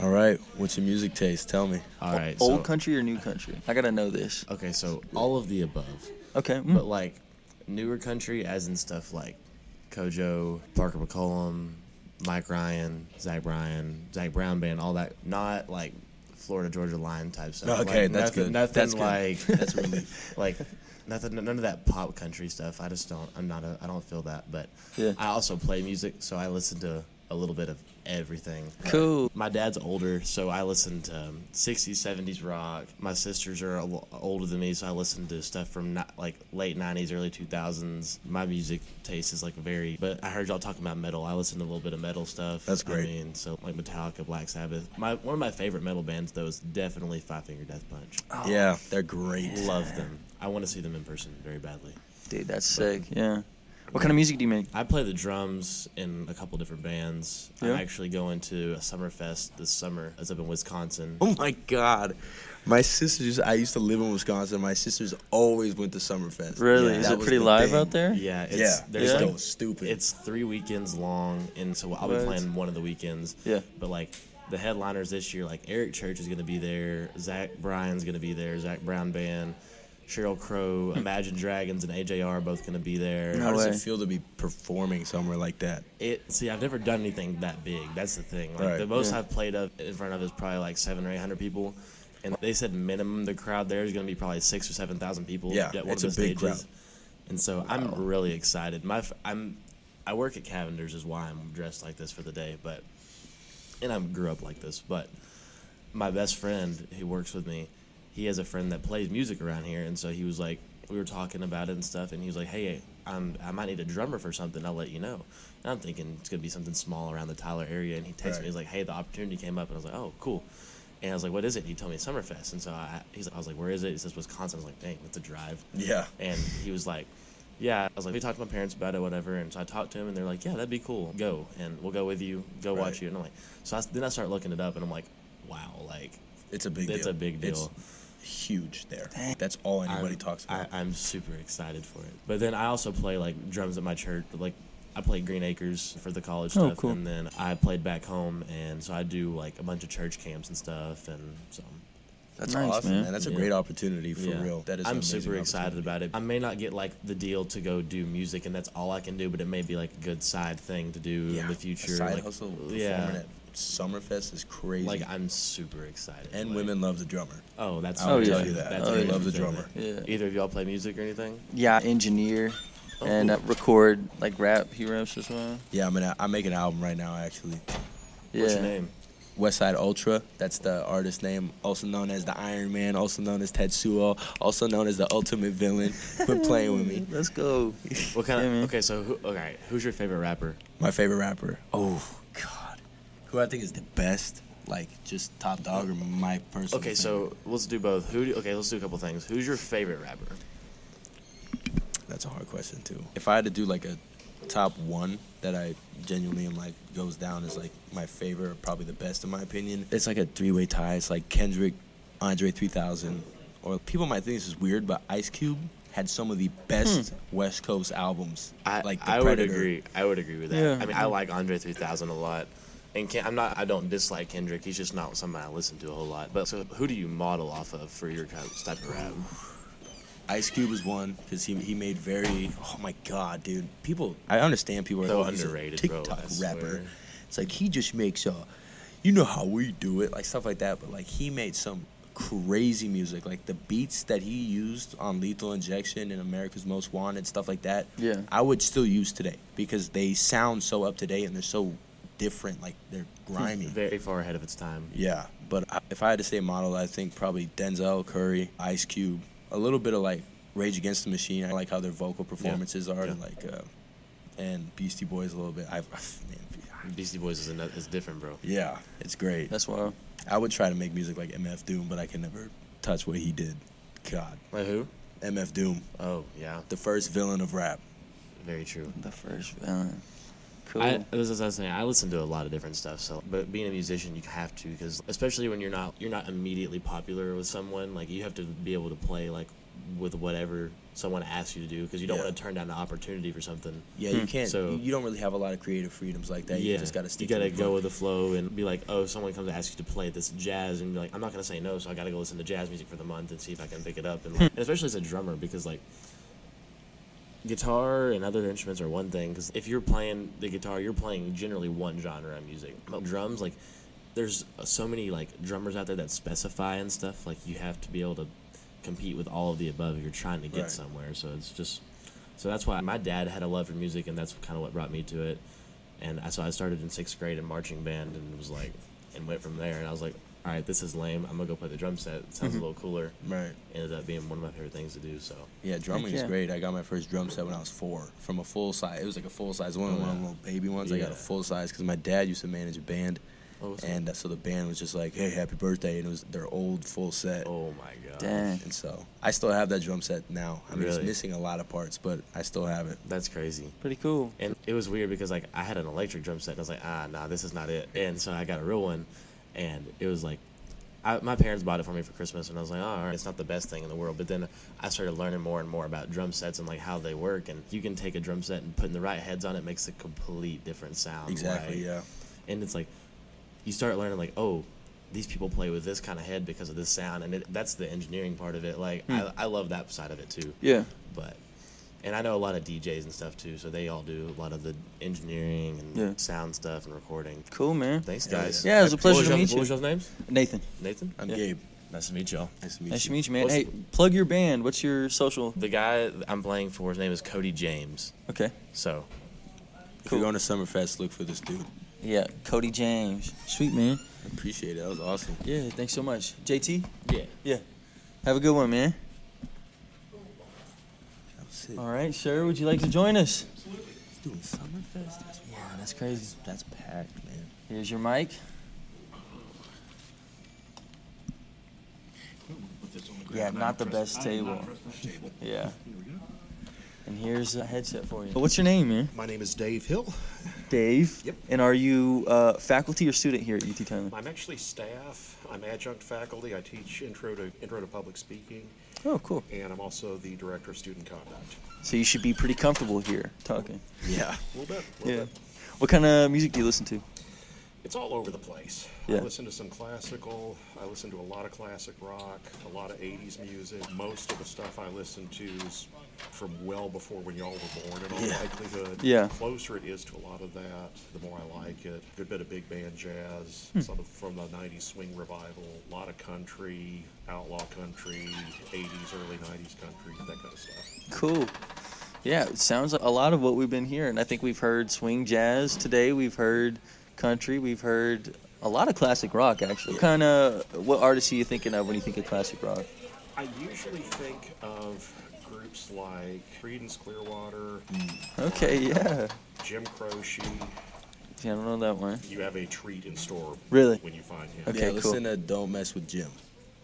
All right, what's your music taste? Tell me.
All right,
Old
so-
country or new country? I gotta know this.
Okay, so all of the above.
Okay. mm-hmm.
But like newer country, as in stuff like Kojo, Parker McCollum, Mike Ryan, Zach Bryan, Zach Brown Band, all that. Not like Florida Georgia Line type stuff.
Okay,
Like,
that's
nothing,
good.
Nothing
That's good.
like
That's a
like nothing. None of that pop country stuff. I just don't. I'm not. A, I don't feel that. But
Yeah.
I also play music, so I listen to a little bit of everything.
Cool.
My dad's older, so I listen to um, 60s, 70s rock. My sisters are a lo- older than me, so I listen to stuff from not, like late 90s, early 2000s. My music taste is like very. But I heard y'all talking about metal. I listen to a little bit of metal stuff.
That's great.
I mean, so like Metallica, Black Sabbath. My one of my favorite metal bands though is definitely Five Finger Death Punch.
yeah, they're great.
Love them. I want to see them in person very badly.
Dude, that's sick. Yeah. What kind of music do you make?
I play the drums in a couple different bands.
Yeah.
I'm actually going to a summer fest this summer. It's up in Wisconsin.
Oh my God. My sisters, I used to live in Wisconsin. My sisters always went to Summerfest.
Really?
Yeah,
Is
that
it
was
pretty
the
live
thing.
out there?
Yeah, it's,
yeah.
There's
It's
like
so stupid.
It's three weekends long, and so I'll
What?
be playing one of the weekends.
Yeah.
But like the headliners this year, like Eric Church is going to be there, Zach Bryan's going to be there, Zach Brown Band, Cheryl Crow, Imagine Dragons, and AJR are both going to be there.
How does it feel to be performing somewhere like that?
It see, I've never done anything that big. That's the thing. Like
Right.
the most
Yeah.
I've played of in front of is probably like seven or eight hundred people, and they said minimum the crowd there is going to be probably six or seven thousand people.
Yeah,
at one
it's
of
a
the
big
stages.
crowd.
And so I'm really excited. My f- I'm I work at Cavender's is why I'm dressed like this for the day, but and I grew up like this, but my best friend who works with me, he has a friend that plays music around here, and so he was like, we were talking about it and stuff, and he was like, hey, I'm, I might need a drummer for something. I'll let you know. And I'm thinking it's gonna be something small around the Tyler area, and he texted
Right.
me. He's like, hey, the opportunity came up, and I was like, oh, cool. And I was like, what is it? And he told me Summerfest, and so I, he's, I was like, where is it? He says Wisconsin. I was like, dang, that's a drive.
Yeah.
And he was like, yeah. I was like, we talked to my parents about it, whatever. And so I talked to him, and they're like, yeah, that'd be cool. Go, and we'll go with you. Go watch you. And I'm like, so I, then I start looking it up, and I'm like, wow, like
It's a big
It's
deal.
a big deal.
It's huge there. That's all anybody
I'm-
talks about.
I, I'm super excited for it. But then I also play like drums at my church. Like I play Green Acres for the college
Oh,
stuff,
cool.
and then I played back home, and so I do like a bunch of church camps and stuff, and so.
That's Nice, awesome, man. man. That's a great opportunity, for real. That is an
I'm
amazing
super excited about it. I may not get like the deal to go do music, and that's all I can do, but it may be like a good side thing to do in the future.
A side
like,
hustle performing
yeah.
at Summerfest is crazy.
Like I'm super excited.
and women love the drummer.
Oh, that's
I'll
oh,
tell you that.
That's
they
a
love the
huge thing.
drummer.
Either of y'all play music or anything?
Yeah, engineer and uh, record like rap. He raps as well.
Yeah, I'm gonna I make an album right now actually.
What's your Yeah.
name?
Westside Ultra. That's the artist name, also known as the Iron Man, also known as Tetsuo, also known as the Ultimate Villain. Quit playing with me.
Let's go.
What kind of? Okay, so who, okay, who's your favorite rapper?
My favorite rapper. Oh God, who I think is the best, like just top dog or my personal.
Okay, so let's do both. Who? Do, okay, let's do a couple things. Who's your favorite rapper?
That's a hard question too. If I had to do like a top one that I genuinely am like goes down as like my favorite, or probably the best in my opinion. It's like a three way tie. It's like Kendrick, Andre 3000, or people might think this is weird, but Ice Cube had some of the best West Coast albums.
Hmm. I
like the
I
Predator.
would agree. I would agree with that.
Yeah.
I mean, I like Andre 3000 a lot, and Ken, I'm not. I don't dislike Kendrick. He's just not somebody I listen to a whole lot. But so, who do you model off of for your type type of rap?
Ice Cube was one because he he made very. Oh my god, dude! People, I understand people are
So
like, "Oh, he's a
underrated, bro,
TikTok
I
rapper.
swear.
It's like he just makes uh, you know how we do it, like stuff like that. But like he made some crazy music, like the beats that he used on Lethal Injection and America's Most Wanted, stuff like that.
Yeah.
I would still use today because they sound so up to date and they're so different. Like they're grimy.
Very far ahead of its time.
Yeah, but I- if I had to say a model, I think probably Denzel Curry, Ice Cube, a little bit of like Rage Against the Machine. I like how their vocal performances are, and like uh, and Beastie Boys a little bit. I man,
Beastie Boys is, another, is different, bro.
Yeah, it's great.
That's why
I would try to make music like MF Doom, but I can never touch what he did. God.
Like who?
MF Doom.
Oh yeah.
The first villain of rap.
Very true.
The first villain.
Cool. I, was as I was saying, I listen to a lot of different stuff. So, but being a musician, you have to because especially when you're not you're not immediately popular with someone, like you have to be able to play like with whatever someone asks you to do because you don't
Yeah.
want to turn down an opportunity for something.
Yeah, you can't.
Hmm. So
you- you don't really have a lot of creative freedoms like that.
yeah,
You just gotta stick.
You gotta
to the
go
book.
with the flow and be like, oh, someone comes to ask you to play this jazz, and be like, I'm not gonna say no, so I gotta go listen to jazz music for the month and see if I can pick it up. And,
Hmm.
like, and especially as a drummer, because like guitar and other instruments are one thing. Because if you're playing the guitar, you're playing generally one genre of music. But drums, like, there's so many like drummers out there that specify and stuff. Like, you have to be able to compete with all of the above if you're trying to get
Right.
somewhere. So it's just so that's why my dad had a love for music, and that's kind of what brought me to it. And I, so I started in sixth grade in marching band, and was like, and went from there. And I was like, all right, this is lame. I'm gonna go play the drum set. It sounds
Mhm.
a little cooler.
Right.
Ended up being one of my favorite things to do. So
Yeah, drumming is
Yeah.
great. I got my first drum set when I was four from a full size. It was like a full size one,
Oh,
one of
yeah.
them little baby ones. I got
Yeah.
a full size because my dad used to manage a band.
Oh, what's
and uh, so the band was just like, hey, happy birthday. And it was their old full set.
Oh, my God.
Dang.
And so I still have that drum set now. I mean, it's
Really?
missing a lot of parts, but I still have it.
that's crazy.
Pretty cool.
And it was weird because like I had an electric drum set and I was like, ah, nah, this is not it. And so I got a real one, and it was like, I, my parents bought it for me for Christmas, and I was like, oh, all right, it's not the best thing in the world. But then I started learning more and more about drum sets and like how they work, and you can take a drum set and putting the right heads on it makes a complete different sound.
Exactly,
right?
yeah.
And it's like, you start learning like, oh. These people play with this kind of head because of this sound, and it, that's the engineering part of it. Like,
Hmm.
I, I love that side of it too
Yeah.
but and I know a lot of DJs and stuff too, so they all do a lot of the engineering and
Yeah.
sound stuff and recording.
Cool, man.
Thanks,
Yeah,
guys.
yeah, it was a
What
pleasure to
y'all-
meet you.
What was y'all's names?
Nathan.
Nathan.
I'm
Yeah.
Gabe.
Nice to meet y'all.
Nice to meet
Nice to
you.
meet you, man.
What's-
hey, plug your band. What's your social?
The guy I'm playing for, his name is Cody James.
Okay.
So
If you're going to Summerfest, look for this dude.
Yeah, Cody James. Sweet man.
Appreciate it. That was awesome.
Yeah, thanks so much. JT?
Yeah.
Yeah. Have a good one, man.
That was it.
All right, sir, would you like to join us?
Let's do a Summerfest. That's, wow, that's crazy. That's packed, man.
Here's your mic. Yeah, not the best table. Yeah. And here's a headset for you. What's your name, man?
My name is Dave Hill.
Dave. Yep. And are you uh, faculty or student here at UT Tyler?
I'm actually staff. I'm adjunct faculty. I teach intro to intro to public speaking,
Oh, cool.
and I'm also the director of student conduct.
So you should be pretty comfortable here talking.
Yeah.
A little bit. A little
Yeah.
bit.
What kind of music do you listen to?
It's all over the place.
Yeah.
I listen to some classical. I listen to a lot of classic rock, a lot of 80s music. Most of the stuff I listen to is from well before when y'all were born, in all
Yeah.
likelihood.
Yeah.
The closer it is to a lot of that, the more I like it. A good bit of big band jazz,
Hmm.
some of, from the 90s swing revival, a lot of country, outlaw country, 80s, early 90s country, that kind of stuff.
Cool. Yeah, it sounds like a lot of what we've been hearing. I think we've heard swing jazz today. We've heard country. We've heard a lot of classic rock, actually. Kind of, what artists are you thinking of when you think of classic rock?
I usually think of groups like Creedence Clearwater, uh,
Okay, yeah.
Jim Croce,
Yeah, I don't know that one.
You have a treat in store.
Really?
When you find him.
Okay,
yeah,
cool.
listen to Don't Mess with Jim.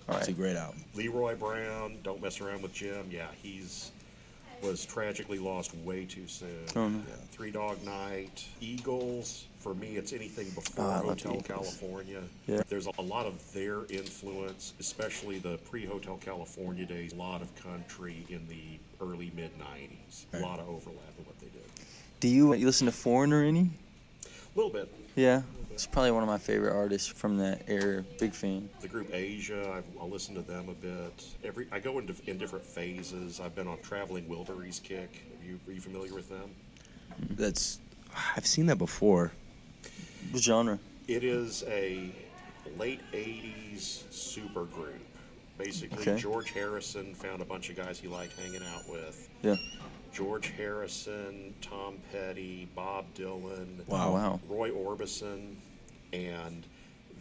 All
It's
right.
a great album.
Leroy Brown, don't mess around with Jim. Yeah, he's was tragically lost way too soon.
Oh, no.
Yeah, Three Dog Night, Eagles. For me, it's anything before
Oh, I love
Hotel
Eagles.
California.
Yeah.
There's a lot of their influence, especially the pre-Hotel California days. A lot of country in the early mid '90s. A lot of overlap in what they did.
Do you, you listen to Foreigner any?
A little bit.
Yeah. It's probably one of my favorite artists from that era. Big fan.
the group Asia. I've, I'll listen to them a bit. Every I go into in different phases. I've been on Traveling Wilburys kick. Are you, are you familiar with them?
Mm-hmm.
That's I've seen that before.
What genre?
It is a late '80s super group. Basically,
Okay.
George Harrison found a bunch of guys he liked hanging out with.
Yeah.
George Harrison, Tom Petty, Bob Dylan,
Wow. Wow.
Roy Orbison, and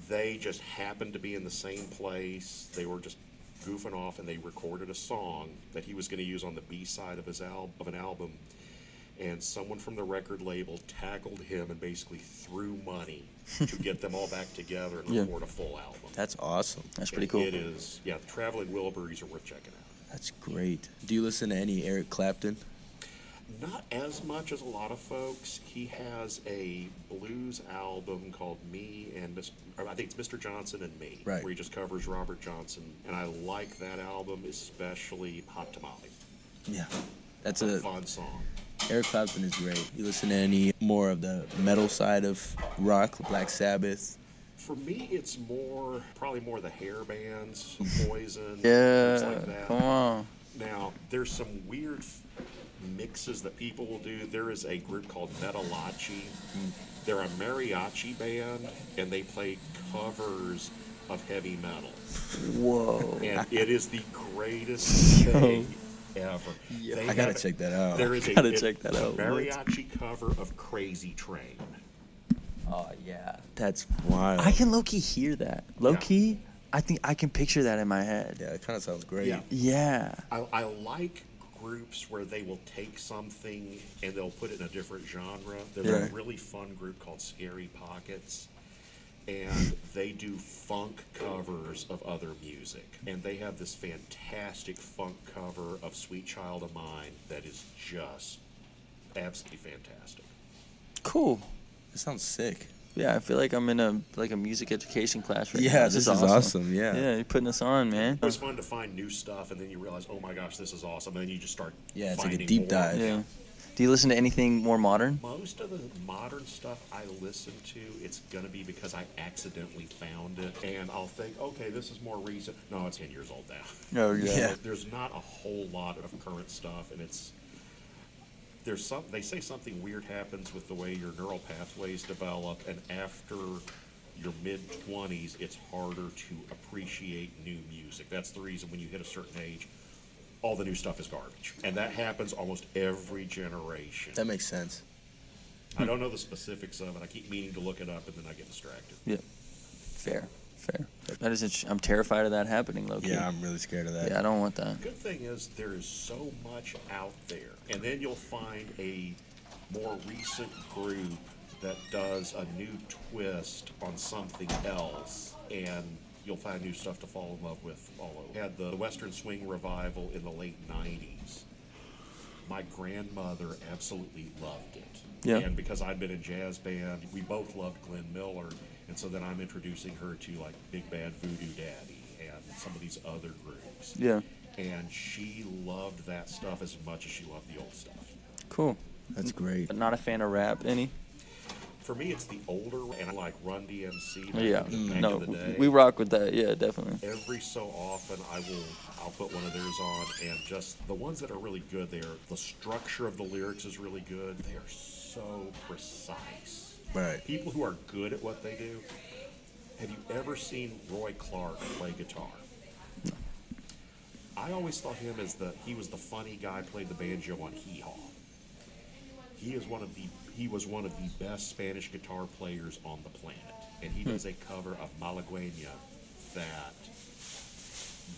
they just happened to be in the same place. They were just goofing off, and they recorded a song that he was going to use on the B side of his al- of an album. and someone from the record label tackled him and basically threw money to get them all back together and
Yeah.
record a full album.
That's awesome. That's pretty
It-
cool.
It is. Yeah, the Traveling Wilburys are worth checking out.
That's great. Do you listen to any Eric Clapton?
Not as much as a lot of folks. He has a blues album called Me and Mr. or I think it's Mr. Johnson and Me,
Right.
where he just covers Robert Johnson, and I like that album, especially Hot Tamale.
Yeah. That's
a
a
fun song.
Eric Clapton is great. You listen to any more of the metal side of rock, Black Sabbath?
For me, it's more probably more the hair bands, Poison,
Yeah,
things like that.
come on.
Now there's some weird f- mixes that people will do. There is a group called Metalachi.
Mm.
They're a mariachi band, and they play covers of heavy metal.
Whoa.
And it is the greatest
Yo.
thing ever.
Yo.
They
I gotta
have-
check that out.
There is
Gotta
a,
check that
a
out.
mariachi cover of Crazy Train.
Oh yeah.
That's wild.
I can low key hear that. Low key, I think I can picture that in my head.
Yeah, it kind of sounds great.
Yeah.
Yeah.
I, I like groups where they will take something and they'll put it in a different genre. There's a
Yeah.
really fun group called Scary Pockets, and they do funk covers of other music. And they have this fantastic funk cover of Sweet Child of Mine that is just absolutely fantastic.
Cool.
It sounds sick.
Yeah, I feel like I'm in a like a music education class right
Yeah,
now.
this is awesome, yeah.
Yeah, you're putting us on, man.
It's fun to find new stuff, and then you realize, oh my gosh, this is awesome. And then you just start
Yeah, it's like a
finding
deep
more.
dive. Yeah. Do you listen to anything more modern?
Most of the modern stuff I listen to, it's gonna be because I accidentally found it, and I'll think, okay, this is more recent. No, it's ten years old now.
Oh, yeah. Yeah.
There's not a whole lot of current stuff, and it's there's some. They say something weird happens with the way your neural pathways develop, and after your mid 20s, it's harder to appreciate new music. That's the reason when you hit a certain age. All the new stuff is garbage, and that happens almost every generation.
That makes sense.
I don't know the specifics of it. I keep meaning to look it up, and then I get distracted.
Yeah. Fair. Fair. That is interesting. I'm terrified of that happening, Loki.
Yeah, I'm really scared of that.
Yeah, I don't want that.
Good thing is there is so much out there, and then you'll find a more recent group that does a new twist on something else, and you'll find new stuff to fall in love with. All over. had the Western Swing revival in the late '90s. My grandmother absolutely loved it.
Yeah.
And because I'd been in jazz band, we both loved Glenn Miller, and so then I'm introducing her to like Big Bad Voodoo Daddy and some of these other groups.
Yeah.
And she loved that stuff as much as she loved the old stuff.
Cool.
That's great.
But not a fan of rap any?
For me, it's the older and I like Run DMC. back
Yeah.
in the- back
No.
in the day.
We rock with that. Yeah, definitely.
Every so often, I will I'll put one of theirs on, and just the ones that are really good. They are the structure of the lyrics is really good. They are so precise.
Right.
People who are good at what they do. Have you ever seen Roy Clark play guitar? I always thought him as the he was the funny guy played the banjo on Hee Haw. He is one of the he was one of the best Spanish guitar players on the planet, and he
Hmm.
does a cover of Malagueña that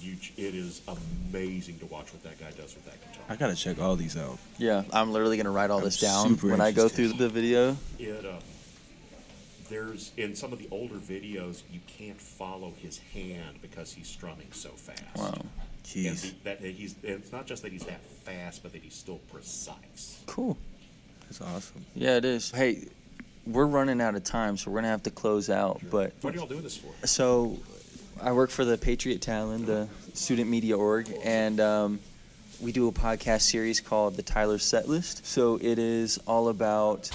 you j- it is amazing to watch what that guy does with that guitar.
I gotta check all these out.
Yeah, I'm literally gonna write all
I'm
this down
super
when I go through
interested.
the video.
It um, there's in some of the older videos you can't follow his hand because he's strumming so fast.
Wow.
And
Jeez.
the- that that he's and it's not just that he's that fast, but that he's still precise.
Cool.
That's awesome.
Yeah, it is. Hey, we're running out of time, so we're gonna have to close out. But
What are y'all doing this for?
So, I work for the Patriot Talon, the student media org, and um, we do a podcast series called the Tyler Set List. So it is all about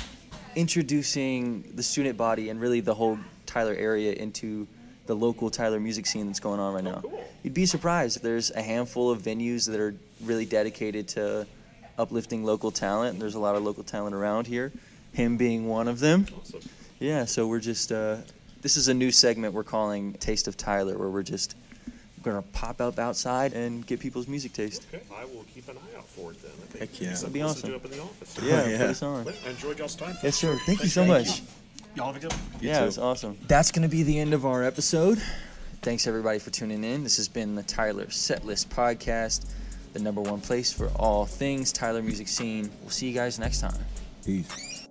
introducing the student body and really the whole Tyler area into the local Tyler music scene that's going on right
Oh,
now. You'd be surprised. There's a handful of venues that are really dedicated to uplifting local talent. There's a lot of local talent around here, him being one of them.
Awesome.
Yeah, so we're just uh, this is a new segment we're calling Taste of Tyler, where we're just gonna pop up outside and get people's music taste.
Okay, I will keep an eye out for it then. I think
Heck yeah.
Something
That'd be
else
awesome.
To do up in the office.
Yeah, Oh, yeah. put us on.
Well, I enjoyed y'all's time.
Yes, sir. Thank you so much.
Y'all have a good one.
yeah, it's awesome. That's gonna be the end of our episode. Thanks everybody for tuning in. This has been the Tyler Setlist Podcast. the number one place for all things Tyler music scene. We'll see you guys next time.
Peace.